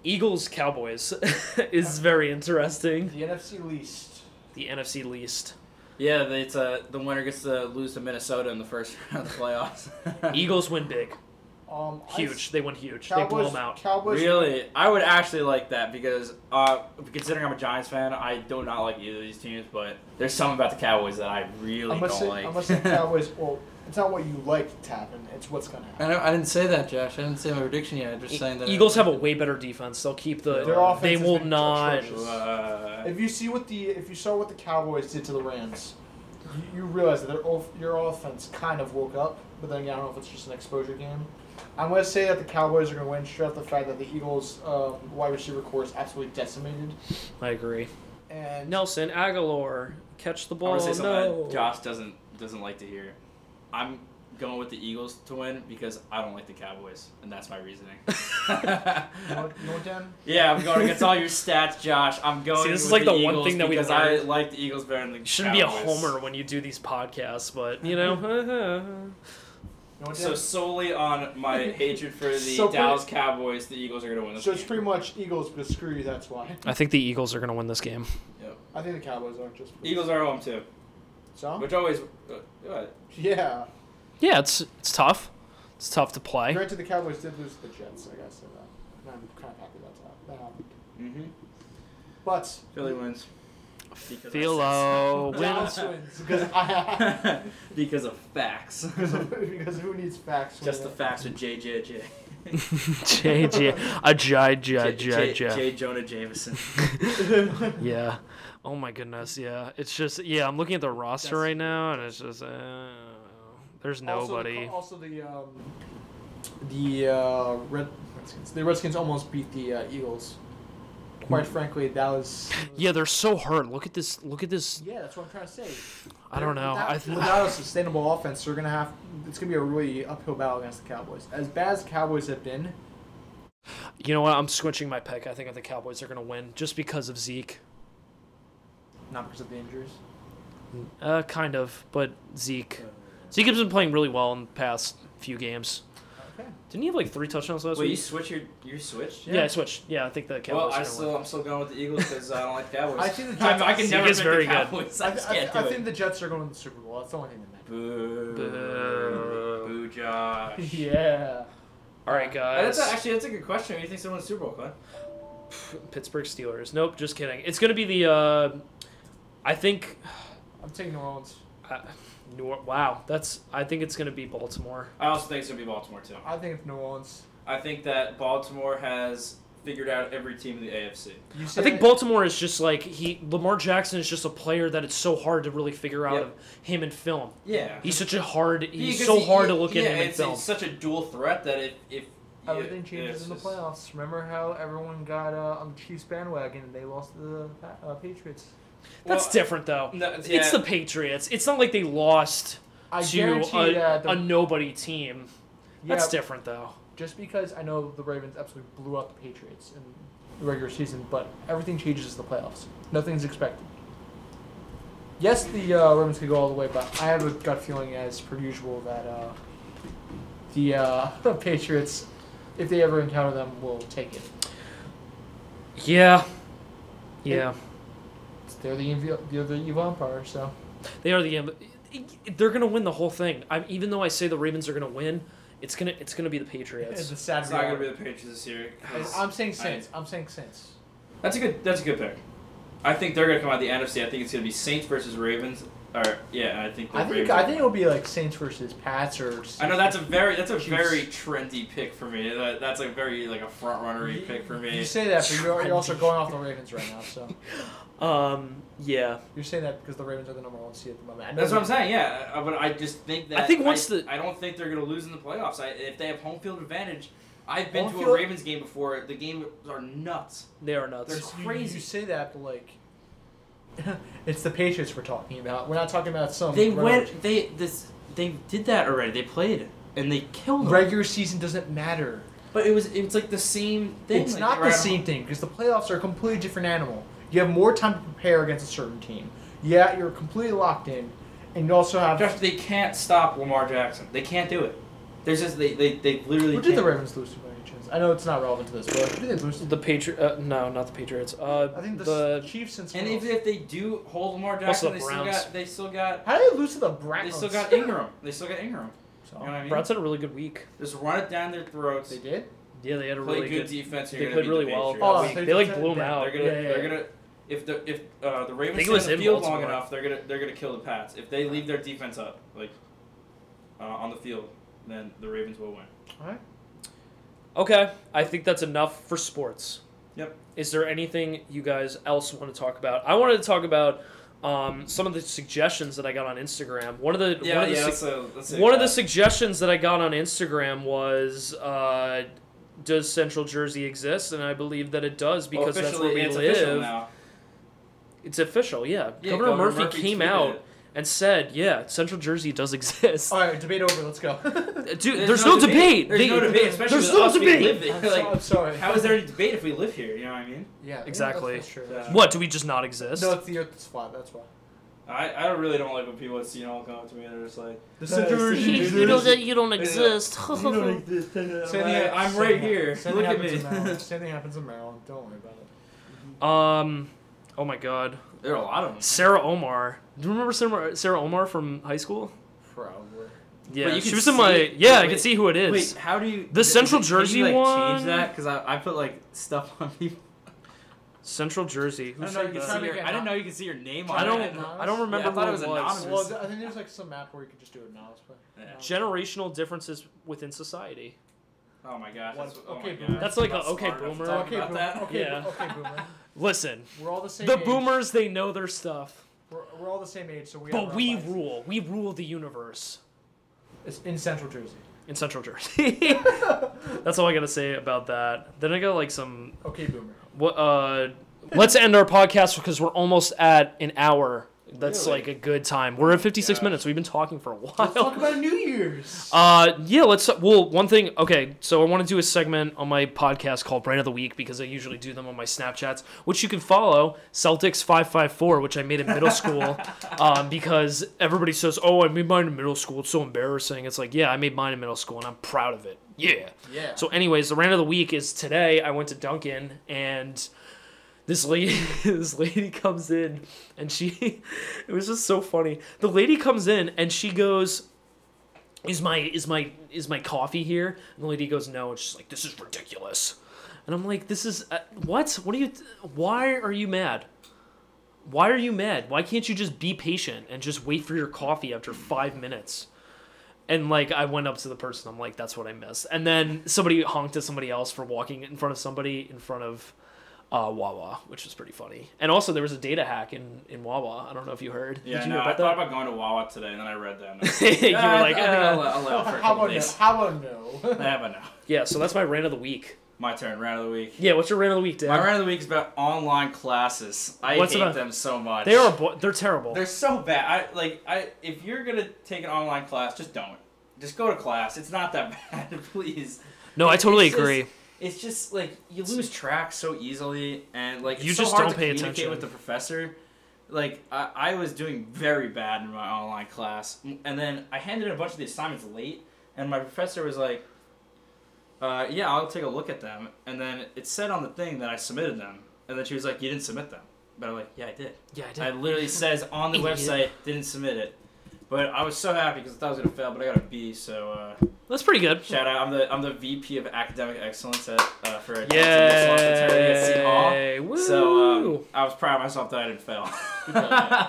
Speaker 1: Eagles Cowboys is very interesting.
Speaker 2: the NFC least.
Speaker 1: The NFC least.
Speaker 3: yeah, they- it's uh, the winner gets to lose to Minnesota in the first round of the playoffs.
Speaker 1: Eagles win big,
Speaker 2: Um, I-
Speaker 1: huge. They win huge.
Speaker 2: Cowboys,
Speaker 1: they blow them out.
Speaker 2: Cowboys.
Speaker 3: Really, I would actually like that because uh, considering I'm a Giants fan, I do not like either of these teams. But there's something about the Cowboys that I really
Speaker 2: I'm gonna
Speaker 3: don't
Speaker 2: say,
Speaker 3: like.
Speaker 2: I'm gonna say Cowboys. Well, it's not what you like to happen. It's what's gonna happen.
Speaker 4: I, don't, I didn't say that, Josh. I didn't say my prediction yet. I'm just saying that.
Speaker 1: E- Eagles have a way better defense. They'll keep the.
Speaker 2: Their offense
Speaker 1: they
Speaker 2: has
Speaker 1: will
Speaker 2: been
Speaker 1: not.
Speaker 2: atrocious.
Speaker 3: Uh,
Speaker 2: If you see what the if you saw what the Cowboys did to the Rams, you, you realize that their off, your offense kind of woke up. But then again, I don't know if it's just an exposure game. I'm gonna say that the Cowboys are gonna win, straight off the fact that the Eagles' um, wide receiver core is absolutely decimated.
Speaker 1: I agree.
Speaker 2: And
Speaker 1: Nelson Aguilar catch the
Speaker 3: I
Speaker 1: ball.
Speaker 3: want to say something
Speaker 1: no.
Speaker 3: that Josh doesn't doesn't like to hear. I'm going with the Eagles to win because I don't like the Cowboys, and that's my reasoning.
Speaker 2: you know, what- you know what, Dan?
Speaker 3: yeah, I'm going against all your stats, Josh. I'm going.
Speaker 1: this is
Speaker 3: with
Speaker 1: like
Speaker 3: the
Speaker 1: the one
Speaker 3: Eagles
Speaker 1: thing that we
Speaker 3: because I
Speaker 1: learned.
Speaker 3: like the Eagles better than the
Speaker 1: You shouldn't be a
Speaker 3: Cowboys.
Speaker 1: homer when you do these podcasts, but you know.
Speaker 2: You know what, Dan?
Speaker 3: So solely on my hatred for the
Speaker 2: So pretty-
Speaker 3: Dallas Cowboys, the Eagles are going to win this
Speaker 2: So it's
Speaker 3: game.
Speaker 2: pretty much Eagles, but screw you, that's why.
Speaker 1: I think the Eagles are going to win this game.
Speaker 2: I think the Cowboys aren't just. because-
Speaker 3: Eagles are home too,
Speaker 2: So?
Speaker 3: which always. Uh, what?
Speaker 2: Yeah.
Speaker 1: Yeah, it's it's tough. It's tough to play.
Speaker 2: Granted, the Cowboys did lose to the Jets, I guess. So that. and I'm kind of happy that's that that happened.
Speaker 3: Mm-hmm.
Speaker 2: But.
Speaker 3: Philly wins. Because I
Speaker 1: Philo
Speaker 3: said so.
Speaker 1: wins.
Speaker 2: Dallas wins. Because, I,
Speaker 3: because of facts.
Speaker 2: because who needs facts? when
Speaker 3: Just the
Speaker 2: they-
Speaker 3: facts with JJJ.
Speaker 1: J J a J J J J.
Speaker 3: J. Jonah Jameson.
Speaker 1: Yeah. Oh my goodness. Yeah. It's just yeah. I'm looking at the roster
Speaker 2: That's-
Speaker 1: right now, and it's just uh, there's nobody.
Speaker 2: Also, the, also the um, the uh, Red Redskins. The Redskins almost beat the uh, Eagles. Quite frankly, that was.
Speaker 1: Hmm. Yeah, they're so hurt. Look at this. Look at this.
Speaker 2: Yeah, that's what I'm trying to say.
Speaker 1: I don't know.
Speaker 2: Without,
Speaker 1: I th-
Speaker 2: without a sustainable offense, they're gonna have. It's gonna be a really uphill battle against the Cowboys. As bad as the Cowboys have been,
Speaker 1: you know what? I'm switching my pick. I think the Cowboys are gonna win just because of Zeke.
Speaker 2: not because of the injuries.
Speaker 1: Uh, kind of, but Zeke. Zeke has been playing really well in the past few games.
Speaker 2: Okay.
Speaker 1: Didn't he have like three touchdowns last
Speaker 3: Wait, you
Speaker 1: week?
Speaker 3: switch your you switched?
Speaker 1: Yeah. I switched. Yeah, I think the Cowboys.
Speaker 3: Well,
Speaker 1: are
Speaker 3: I
Speaker 1: gonna
Speaker 3: still I'm still going with the Eagles because I don't like the Cowboys.
Speaker 2: I think the
Speaker 3: I,
Speaker 2: Jets-
Speaker 3: I can
Speaker 1: Zeke
Speaker 3: never
Speaker 1: is
Speaker 3: pick
Speaker 1: very
Speaker 3: the
Speaker 1: good.
Speaker 3: Cowboys. I,
Speaker 2: I,
Speaker 3: just
Speaker 2: I-
Speaker 3: can't
Speaker 2: I
Speaker 3: do
Speaker 2: think
Speaker 3: it.
Speaker 2: the Jets are going to the Super Bowl. That's the only thing that matters.
Speaker 3: Boo.
Speaker 1: Boo.
Speaker 3: Boo, Josh.
Speaker 2: Yeah.
Speaker 1: win. All right,
Speaker 3: Uh,
Speaker 1: guys.
Speaker 3: that's a, actually that's a good question. What do you think someone's Super Bowl, Glenn?
Speaker 1: Pittsburgh Steelers. Nope, just kidding. It's gonna be the. Uh, I think.
Speaker 2: I'm taking New Orleans.
Speaker 1: Uh, New Or- wow, that's. I think it's gonna be Baltimore.
Speaker 3: I also think it's gonna be Baltimore too.
Speaker 2: I think it's New Orleans.
Speaker 3: I think that Baltimore has figured out every team in the AFC.
Speaker 2: You
Speaker 1: I
Speaker 2: said
Speaker 1: think
Speaker 2: it.
Speaker 1: Baltimore is just like he. Lamar Jackson is just a player that it's so hard to really figure out
Speaker 3: Yep.
Speaker 1: of him in film.
Speaker 3: Yeah.
Speaker 1: He's such a hard. He's
Speaker 3: Because
Speaker 1: so
Speaker 3: he-
Speaker 1: hard
Speaker 3: he-
Speaker 1: to look
Speaker 3: yeah,
Speaker 1: at him in
Speaker 3: it's,
Speaker 1: film.
Speaker 3: It's such a dual threat that if if
Speaker 2: Everything
Speaker 3: yeah,
Speaker 2: changes
Speaker 3: it's
Speaker 2: in the
Speaker 3: just-
Speaker 2: playoffs. Remember how everyone got uh, on the Chiefs bandwagon and they lost to the Pa- uh, Patriots?
Speaker 1: That's
Speaker 3: Well,
Speaker 1: different though.
Speaker 3: no,
Speaker 1: It's
Speaker 3: yeah.
Speaker 1: the Patriots. It's not like they lost
Speaker 2: I
Speaker 1: to
Speaker 2: guarantee
Speaker 1: a,
Speaker 2: that the,
Speaker 1: a nobody team.
Speaker 2: yeah,
Speaker 1: That's different though.
Speaker 2: just because I know the Ravens absolutely blew out the Patriots in the regular season, but everything changes in the playoffs. Nothing's expected. Yes, the uh, Ravens could go all the way, but I have a gut feeling, as per usual, that uh, the uh, Patriots, if they ever encounter them, will take it.
Speaker 1: Yeah. Yeah.
Speaker 2: They're the evil, they're the evil empire, so
Speaker 1: They are the. They're gonna win the whole thing. I'm even though I say the Ravens are gonna win, it's gonna it's gonna be the Patriots.
Speaker 2: sad
Speaker 3: It's not gonna be the Patriots this year. 'cause-
Speaker 2: I'm saying
Speaker 3: I-
Speaker 2: Saints. I'm saying Saints.
Speaker 3: That's a good. That's a good pick. I think they're gonna come out of the NFC. I think it's gonna be Saints versus Ravens. Or yeah, I think. The
Speaker 2: I think
Speaker 3: Ravens
Speaker 2: I think it'll be like Saints versus Pats or.
Speaker 3: I know that's a very that's a
Speaker 2: Chiefs.
Speaker 3: very trendy pick for me. That, that's a very like a front runnery pick for
Speaker 2: You
Speaker 3: me.
Speaker 2: say that, but you're, you're also going off the Ravens right now, so
Speaker 1: Um. Yeah.
Speaker 2: you're saying that because the Ravens are the number one seed at the moment. I know
Speaker 3: That's what I'm
Speaker 2: you-
Speaker 3: saying. Yeah, Uh, but I just think that
Speaker 1: I think once the-
Speaker 3: I don't think they're gonna lose in the playoffs. I, if they have home field advantage, I've been
Speaker 2: Home
Speaker 3: to a
Speaker 2: field-
Speaker 3: Ravens game before. The games are nuts.
Speaker 1: They are nuts.
Speaker 3: They're-
Speaker 2: You-
Speaker 3: crazy.
Speaker 2: You say that, but like, it's the Patriots we're talking about. We're not talking about some.
Speaker 3: They
Speaker 2: random-
Speaker 3: went. They this they did that already. They played and they killed them.
Speaker 2: Regular season doesn't matter.
Speaker 3: But it was it's like the same thing.
Speaker 2: it's
Speaker 3: like,
Speaker 2: not
Speaker 3: they were
Speaker 2: the
Speaker 3: at home.
Speaker 2: same thing because the playoffs are a completely different animal. You have more time to prepare against a certain team. Yeah, you're completely locked in, and you also have.
Speaker 3: Josh, they can't stop Lamar Jackson. They can't do it. There's just they they, they literally.
Speaker 2: Who did the
Speaker 3: can't.
Speaker 2: Ravens lose to by any chance? I know it's not relevant to this, but who did they lose to?
Speaker 1: the Patriot. Uh, no, not the Patriots. Uh,
Speaker 2: I think the,
Speaker 1: the
Speaker 2: Chiefs and.
Speaker 3: And
Speaker 2: someone
Speaker 3: even
Speaker 2: else.
Speaker 3: if they do hold
Speaker 1: Also
Speaker 3: Lamar Jackson,
Speaker 1: the
Speaker 3: they still
Speaker 1: Browns.
Speaker 3: got they still got
Speaker 2: How did they lose to the
Speaker 3: they
Speaker 2: Browns?
Speaker 3: still got Ingram. They still got Ingram.
Speaker 2: So-
Speaker 3: You know what I mean?
Speaker 1: Browns had a really good week.
Speaker 3: Just run it down their throats.
Speaker 2: They did.
Speaker 1: Yeah, they had a
Speaker 3: play
Speaker 1: really
Speaker 3: good,
Speaker 1: good.
Speaker 3: defense. and
Speaker 1: they
Speaker 3: you're
Speaker 1: played
Speaker 3: gonna beat
Speaker 1: really well
Speaker 3: The
Speaker 2: Oh,
Speaker 1: that
Speaker 3: Patriots.
Speaker 1: week.
Speaker 2: so
Speaker 1: They like
Speaker 2: it's-
Speaker 1: blew them
Speaker 2: Oh, yeah,
Speaker 1: out.
Speaker 3: they're gonna
Speaker 2: yeah, yeah,
Speaker 3: they're
Speaker 2: yeah.
Speaker 3: gonna if the if uh, the Ravens
Speaker 1: think it was
Speaker 3: stay on the
Speaker 1: in
Speaker 3: field long
Speaker 1: Baltimore.
Speaker 3: enough, they're gonna they're gonna kill the Pats. If they leave their defense up like uh, on the field, then the Ravens will win.
Speaker 2: All right.
Speaker 1: Okay, I think that's enough for sports.
Speaker 3: Yep.
Speaker 1: Is there anything you guys else want to talk about? I wanted to talk about um, some of the suggestions that I got on Instagram. One of the one of the sug-
Speaker 3: So let's say
Speaker 1: One of
Speaker 3: that.
Speaker 1: the suggestions that I got on Instagram was, uh, "Does Central Jersey exist?" And I believe that it does
Speaker 3: Well,
Speaker 1: because that's
Speaker 3: Oh, officially,
Speaker 1: where we
Speaker 3: it's
Speaker 1: live.
Speaker 3: official now.
Speaker 1: It's official, yeah.
Speaker 3: Yeah,
Speaker 1: Governor, Murphy, came
Speaker 3: tweeted
Speaker 1: out
Speaker 3: it. Oh,
Speaker 1: and said, "Yeah, Central Jersey does exist."
Speaker 2: All right. Debate over. Let's go.
Speaker 3: Uh,
Speaker 1: Dude, there's, no, debate.
Speaker 3: There's
Speaker 1: They-
Speaker 3: no debate, especially
Speaker 1: there's
Speaker 3: with
Speaker 1: no
Speaker 3: us, we
Speaker 1: debate.
Speaker 3: live
Speaker 2: I'm,
Speaker 3: it.
Speaker 2: so, I'm
Speaker 3: Like,
Speaker 2: sorry.
Speaker 3: how is there any debate if we live here? You know what I mean?
Speaker 2: Yeah. that's-
Speaker 1: Exactly.
Speaker 2: That's, true.
Speaker 3: Yeah.
Speaker 1: What do we just not exist?
Speaker 2: No, it's the Earth's flat. That's why.
Speaker 3: I, I don't really don't like when people at CNL come up to me and they're just like,
Speaker 2: The
Speaker 3: situation You- you don't-
Speaker 1: you don't
Speaker 3: exist.
Speaker 2: Same thing
Speaker 3: I'm,
Speaker 2: hap- same
Speaker 3: right
Speaker 2: hap-
Speaker 3: here.
Speaker 2: Same
Speaker 3: Look
Speaker 2: thing
Speaker 3: at
Speaker 2: happens
Speaker 3: me.
Speaker 2: in Maryland. Same thing happens in Maryland. Don't worry about it.
Speaker 1: um, oh my God,
Speaker 3: there are a lot of them.
Speaker 1: Sarah Omar. Do you remember Sarah, Sarah Omar from high school?
Speaker 2: Probably.
Speaker 1: Yeah,
Speaker 3: you
Speaker 1: she
Speaker 3: can
Speaker 1: was in
Speaker 3: see
Speaker 1: my.
Speaker 3: it.
Speaker 1: Yeah, I
Speaker 3: Wait,
Speaker 1: can see who it is.
Speaker 3: Wait, how do you
Speaker 1: The Central
Speaker 3: can
Speaker 1: Jersey
Speaker 3: you, like,
Speaker 1: one-
Speaker 3: Change that because I, I put like stuff on people.
Speaker 1: Central Jersey. Who
Speaker 3: I don't know.
Speaker 1: said
Speaker 3: You
Speaker 2: Who's
Speaker 3: can
Speaker 1: that?
Speaker 3: see
Speaker 2: trying to
Speaker 3: your,
Speaker 2: get
Speaker 3: I didn't
Speaker 2: anon-
Speaker 3: know you could see your name on
Speaker 1: I
Speaker 3: it.
Speaker 1: don't.
Speaker 2: anonymous?
Speaker 1: I don't remember
Speaker 3: Yeah, I thought
Speaker 1: what
Speaker 3: it was anonymous.
Speaker 2: Well, th- I think there's like some map where you could just do it now. Um,
Speaker 3: Yeah.
Speaker 1: Generational differences within society.
Speaker 3: Oh my gosh.
Speaker 2: What-
Speaker 3: That's, oh
Speaker 2: okay,
Speaker 3: my
Speaker 2: boomer.
Speaker 3: God.
Speaker 1: That's like
Speaker 3: I'm
Speaker 1: a
Speaker 3: not
Speaker 1: okay
Speaker 3: smart enough to
Speaker 1: boomer.
Speaker 3: talk
Speaker 2: Oh, Okay,
Speaker 3: about
Speaker 2: boom,
Speaker 3: that.
Speaker 2: okay,
Speaker 1: Yeah.
Speaker 2: okay, boomer.
Speaker 1: Listen,
Speaker 2: We're all the same.
Speaker 1: the
Speaker 2: age.
Speaker 1: boomers they know their stuff,
Speaker 2: We're, we're all the same age, so we. have
Speaker 1: but
Speaker 2: our
Speaker 1: we
Speaker 2: lives.
Speaker 1: rule. We rule the universe
Speaker 2: It's in Central Jersey.
Speaker 1: in Central Jersey. That's all I gotta say about that. Then I got like some
Speaker 2: Okay, boomer.
Speaker 1: what. Uh, let's end our podcast because we're almost at an hour. That's
Speaker 3: Really?
Speaker 1: like a good time. We're at 56
Speaker 3: Gosh.
Speaker 1: minutes. We've been talking for a while.
Speaker 2: Let's talk about New Year's.
Speaker 1: Uh, yeah, let's. Well, one thing. Okay, so I want to do a segment on my podcast called Brain of the Week because I usually do them on my Snapchats, which you can follow Celtics five five four, which I made in middle school, um, because everybody says, "Oh, I made mine in middle school. It's so embarrassing." It's like, yeah, I made mine in middle school, and I'm proud of it. Yeah.
Speaker 2: yeah.
Speaker 1: So, anyways, the rant of the week is today. I went to Dunkin' and this lady, this lady comes in, and she, it was just so funny. The lady comes in and she goes, "Is my is my is my coffee here?" And the lady goes, "No." And she's like, "This is ridiculous," and I'm like, "This is uh, what? What are you? Why are you mad?" Why are you mad? Why can't you just be patient and just wait for your coffee after five minutes? And like I went up to the person, I'm like, that's what I missed. And then somebody honked at somebody else for walking in front of somebody in front of uh, Wawa, which was pretty funny. And also there was a data hack in, in Wawa. I don't know if you heard.
Speaker 3: Yeah,
Speaker 1: Did you
Speaker 3: no,
Speaker 1: hear
Speaker 3: I
Speaker 1: about
Speaker 3: thought
Speaker 1: that?
Speaker 3: about going to Wawa today, and then I read that. And I was
Speaker 1: you
Speaker 3: "Ah,
Speaker 1: were like,
Speaker 3: I think I'll,
Speaker 1: uh,
Speaker 3: I'll allow it for
Speaker 2: how
Speaker 3: a couple
Speaker 2: about no?
Speaker 3: days.
Speaker 2: How about no?
Speaker 3: How about no?
Speaker 1: yeah. So that's my rant of the week.
Speaker 3: My turn. Round of the week.
Speaker 1: Yeah, what's your rant of the week, Dan?
Speaker 3: My rant of the week is about online classes. I
Speaker 1: What's
Speaker 3: hate
Speaker 1: about-
Speaker 3: them so much.
Speaker 1: they are bo- they're terrible.
Speaker 3: They're so bad. I like. I if you're gonna take an online class, just don't. Just go to class. It's not that bad. Please.
Speaker 1: no, I totally
Speaker 3: It's just-
Speaker 1: agree.
Speaker 3: It's just like you lose track so easily, and like it's
Speaker 1: You
Speaker 3: so
Speaker 1: just
Speaker 3: hard
Speaker 1: don't
Speaker 3: to
Speaker 1: pay
Speaker 3: communicate
Speaker 1: attention.
Speaker 3: with the professor. Like I, I was doing very bad in my online class, and then I handed in a bunch of the assignments late, and my professor was like, uh, "Yeah, I'll take a look at them." And then it said on the thing that I submitted them, and then she was like, "You didn't submit them," but I'm like, "Yeah, I did."
Speaker 1: yeah, I did.
Speaker 3: I literally says on the
Speaker 1: Idiot.
Speaker 3: website didn't submit it, but I was so happy because I thought I was gonna fail, but I got a B. So uh,
Speaker 1: that's pretty good.
Speaker 3: shout out, I'm the I'm the VP of academic excellence at uh, for adults in this law fraternity at Seton Hall.
Speaker 1: Yay! Woo!
Speaker 3: So um, I was proud of myself that I didn't fail. Oh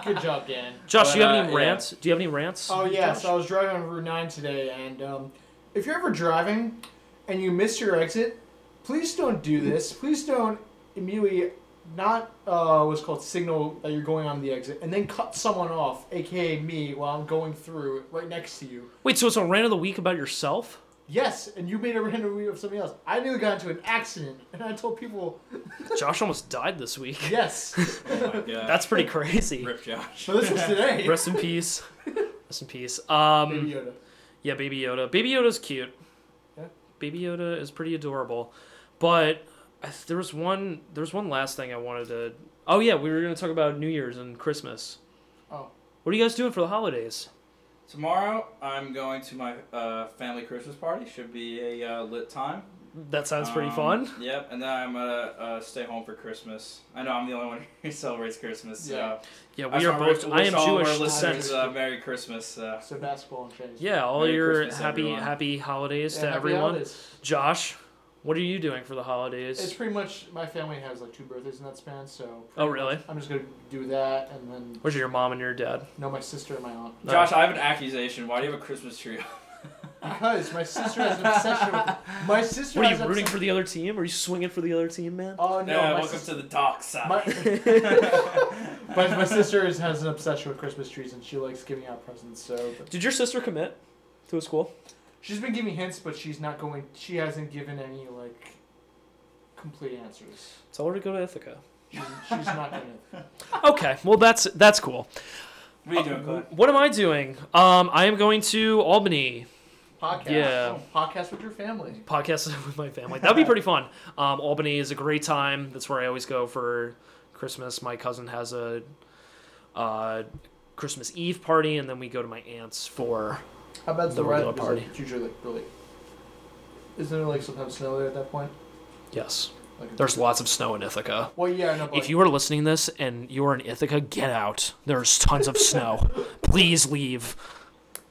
Speaker 2: Good job, Dan.
Speaker 1: Josh, do you
Speaker 3: but,
Speaker 1: have
Speaker 3: uh,
Speaker 1: any
Speaker 3: yeah.
Speaker 1: rants? Do you have any rants?
Speaker 2: Oh yeah,
Speaker 1: Josh?
Speaker 2: so I was driving on Route Nine today, and um, if you're ever driving and you miss your exit, please don't do this. Please don't immediately not uh, what's called signal that you're going on the exit, and then cut someone off, aka me, while I'm going through right next to you.
Speaker 1: Wait, so it's a rant of the week about yourself?
Speaker 2: Yes, and you made a random review of somebody else. I nearly got into an accident, and I told people
Speaker 1: Josh almost died this week.
Speaker 2: yes.
Speaker 3: oh my god.
Speaker 1: That's pretty crazy.
Speaker 3: rip Josh.
Speaker 2: So this was today.
Speaker 1: Rest in peace. Rest in peace. Um,
Speaker 2: Baby Yoda.
Speaker 1: yeah, Baby Yoda. Baby Yoda's cute.
Speaker 2: Yeah.
Speaker 1: Baby Yoda is pretty adorable, but I th- there was one. There was one last thing I wanted to. Oh yeah, we were gonna talk about New Year's and Christmas.
Speaker 2: Oh.
Speaker 1: What are you guys doing for the holidays?
Speaker 3: Tomorrow I'm going to my uh, family Christmas party. Should be a uh, lit time.
Speaker 1: That sounds pretty
Speaker 3: Um,
Speaker 1: fun.
Speaker 3: Yep, and then I'm gonna uh, stay home for Christmas. I know I'm the only one who celebrates Christmas. So.
Speaker 2: Yeah.
Speaker 1: Yeah,
Speaker 3: I
Speaker 1: we are
Speaker 3: wish-
Speaker 1: both.
Speaker 3: wish
Speaker 1: I am
Speaker 3: all of our
Speaker 1: Jewish
Speaker 3: listeners,
Speaker 1: descent.
Speaker 3: uh, Merry Christmas. Uh,
Speaker 2: So basketball and Chinese.
Speaker 1: Yeah, all
Speaker 3: Merry
Speaker 1: your
Speaker 3: Christmas,
Speaker 1: happy
Speaker 3: everyone.
Speaker 1: happy holidays
Speaker 2: Yeah,
Speaker 1: to
Speaker 2: happy
Speaker 1: everyone.
Speaker 2: holidays.
Speaker 1: Josh, what are you doing for the
Speaker 2: It's
Speaker 1: holidays?
Speaker 2: pretty much my family has like two birthdays in that span, so.
Speaker 1: Oh, really?
Speaker 2: I'm just gonna do that, and then
Speaker 1: Where's your mom and your dad?
Speaker 2: know my sister and my aunt.
Speaker 1: No.
Speaker 3: Josh, I have an accusation. Why do you have a Christmas tree?
Speaker 2: Because my sister has an obsession with my sister.
Speaker 1: What are
Speaker 2: has
Speaker 1: you
Speaker 2: an
Speaker 1: rooting
Speaker 2: obsession-
Speaker 1: for the other team? Are you swinging for the other team, man?
Speaker 2: Oh no!
Speaker 3: yeah,
Speaker 2: my,
Speaker 3: welcome
Speaker 2: sis-
Speaker 3: to the dark side.
Speaker 2: my, but my sister is, has an obsession with Christmas trees, and she likes giving out presents. So
Speaker 1: Did your sister commit to a school?
Speaker 2: she's been giving hints, but she's not going. She hasn't given any like complete answers.
Speaker 1: Tell her to go to Ithaca.
Speaker 2: She's, she's not gonna.
Speaker 1: Okay, well that's that's cool.
Speaker 3: what are you doing, Clay?
Speaker 1: What am I doing? Um, I am going to Albany
Speaker 2: Podcast.
Speaker 1: Yeah.
Speaker 2: Oh, Podcast with your family.
Speaker 1: podcast with my family. That'd be pretty fun. Um, Albany is a great time. That's where I always go for Christmas. My cousin has a uh, Christmas Eve party, and then we go to my aunt's for.
Speaker 2: How about
Speaker 1: The
Speaker 2: the,
Speaker 1: regular
Speaker 2: weather? Is
Speaker 1: party.
Speaker 2: it usually like really. Isn't there like sometimes snow there at that point?
Speaker 1: Yes,
Speaker 2: Like
Speaker 1: there's lots of snow in Ithaca.
Speaker 2: Well, yeah, no. But
Speaker 1: If you are listening to this and you are in Ithaca, get out. There's tons of snow. Please leave.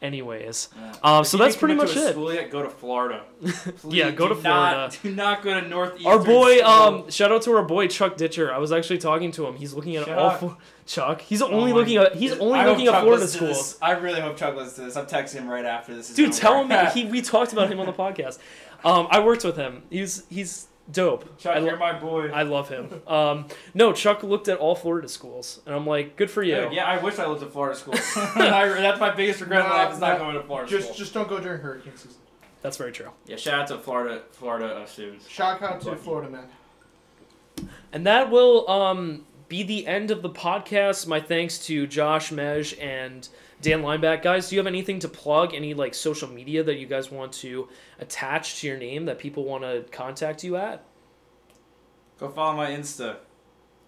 Speaker 1: anyways. Um, so that's pretty much it.
Speaker 3: School yet, go to Florida.
Speaker 1: yeah, go to
Speaker 3: do
Speaker 1: Florida.
Speaker 3: Not, do not go to Northeastern.
Speaker 1: Our boy,
Speaker 3: school.
Speaker 1: um, shout out to our boy Chuck Ditcher. I was actually talking to him. He's looking at all
Speaker 3: Chuck.
Speaker 1: four. Chuck. He's only
Speaker 3: Oh my-
Speaker 1: looking at. He's only
Speaker 3: I hope
Speaker 1: looking at
Speaker 3: Chuck
Speaker 1: Florida
Speaker 3: listens to
Speaker 1: schools.
Speaker 3: this. I really hope Chuck listens to this. I'm texting him right after this. is
Speaker 1: Dude,
Speaker 3: over.
Speaker 1: tell him that he. We talked about him on the podcast. Um, I worked with him. He's he's dope.
Speaker 3: Chuck,
Speaker 1: I, lo-
Speaker 3: you're my boy.
Speaker 1: I love him. Um, no, Chuck looked at all Florida schools, and I'm like, good for you.
Speaker 3: Dude, yeah, I wish I lived in Florida school. I- that's my biggest regret in
Speaker 2: No,
Speaker 3: life is not
Speaker 2: no.
Speaker 3: going to Florida
Speaker 2: Just,
Speaker 3: school.
Speaker 2: just don't go during hurricane season.
Speaker 1: That's very true.
Speaker 3: Yeah, shout out to Florida, Florida uh, students.
Speaker 2: Shout out to Florida, man.
Speaker 1: And that will um, be the end of the podcast. My thanks to Josh, Mej, and Dan Lineback. Guys, do you have anything to plug? Any like social media that you guys want to attach to your name that people want to contact you at?
Speaker 3: Go follow my Insta,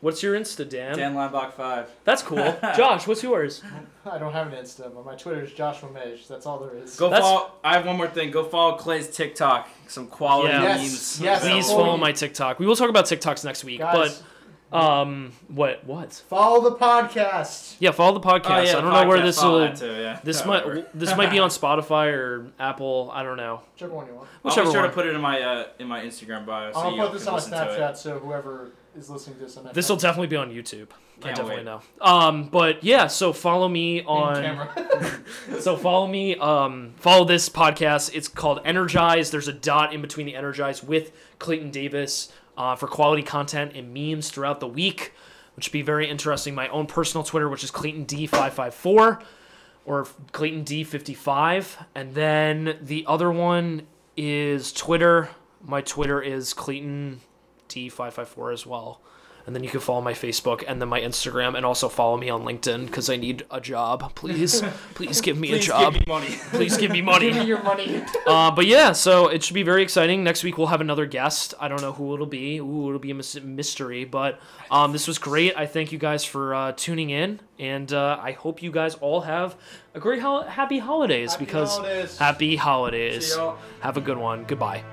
Speaker 1: What's your Insta, Dan?
Speaker 3: Dan Lineback Five.
Speaker 1: That's cool. Josh, what's yours?
Speaker 2: I don't have an Insta, but my Twitter is Joshua Mej. That's all there is.
Speaker 3: Go
Speaker 1: That's-
Speaker 3: follow. I have one more thing. Go follow Clay's TikTok. Some quality
Speaker 1: Yeah.
Speaker 2: Yes,
Speaker 3: memes.
Speaker 2: yes.
Speaker 1: Please
Speaker 2: Oh,
Speaker 1: follow
Speaker 2: yeah.
Speaker 1: my TikTok. We will talk about TikToks next week.
Speaker 2: Guys,
Speaker 1: But um, what? What?
Speaker 2: follow the podcast.
Speaker 1: Yeah, follow the podcast.
Speaker 3: Oh, yeah,
Speaker 1: I don't know where
Speaker 3: podcast,
Speaker 1: this
Speaker 3: follow
Speaker 1: will.
Speaker 3: that too, yeah.
Speaker 1: This
Speaker 3: Yeah, whatever.
Speaker 1: might this might be on Spotify or Apple. I don't know.
Speaker 2: Whichever one you want.
Speaker 3: I'll
Speaker 1: Whichever
Speaker 3: be sure
Speaker 1: one.
Speaker 3: to put it in my uh, in my Instagram bio. So
Speaker 2: I'll
Speaker 3: you
Speaker 2: put this on my
Speaker 3: Snapchat.
Speaker 2: Snapchat so whoever is listening to this on
Speaker 1: This will definitely be on YouTube. I
Speaker 3: Can't
Speaker 1: definitely
Speaker 3: wait.
Speaker 1: know. Um, but yeah, so follow me on
Speaker 2: camera.
Speaker 1: so follow me um, follow this podcast it's called energize there's a dot in between the energize with clayton davis uh, for quality content and memes throughout the week which would be very interesting my own personal twitter which is clayton d554 or clayton d55 and then the other one is twitter my twitter is clayton d554 as well and then you can follow my Facebook and then my Instagram and also follow me on LinkedIn because I need a job. Please, please give me a
Speaker 3: Please
Speaker 1: job.
Speaker 3: give me money.
Speaker 1: please give me
Speaker 2: Give me
Speaker 1: money.
Speaker 2: your money.
Speaker 1: Uh, but yeah, so it should be very exciting. Next week we'll have another guest. I don't know who it'll be. Ooh, it'll be a mys- mystery. But um, this was great. I thank you guys for uh, tuning in, and uh, I hope you guys all have a great hol- happy holidays
Speaker 2: Happy
Speaker 1: because
Speaker 2: holidays.
Speaker 1: happy holidays.
Speaker 3: See y'all.
Speaker 1: Have a good one. Goodbye.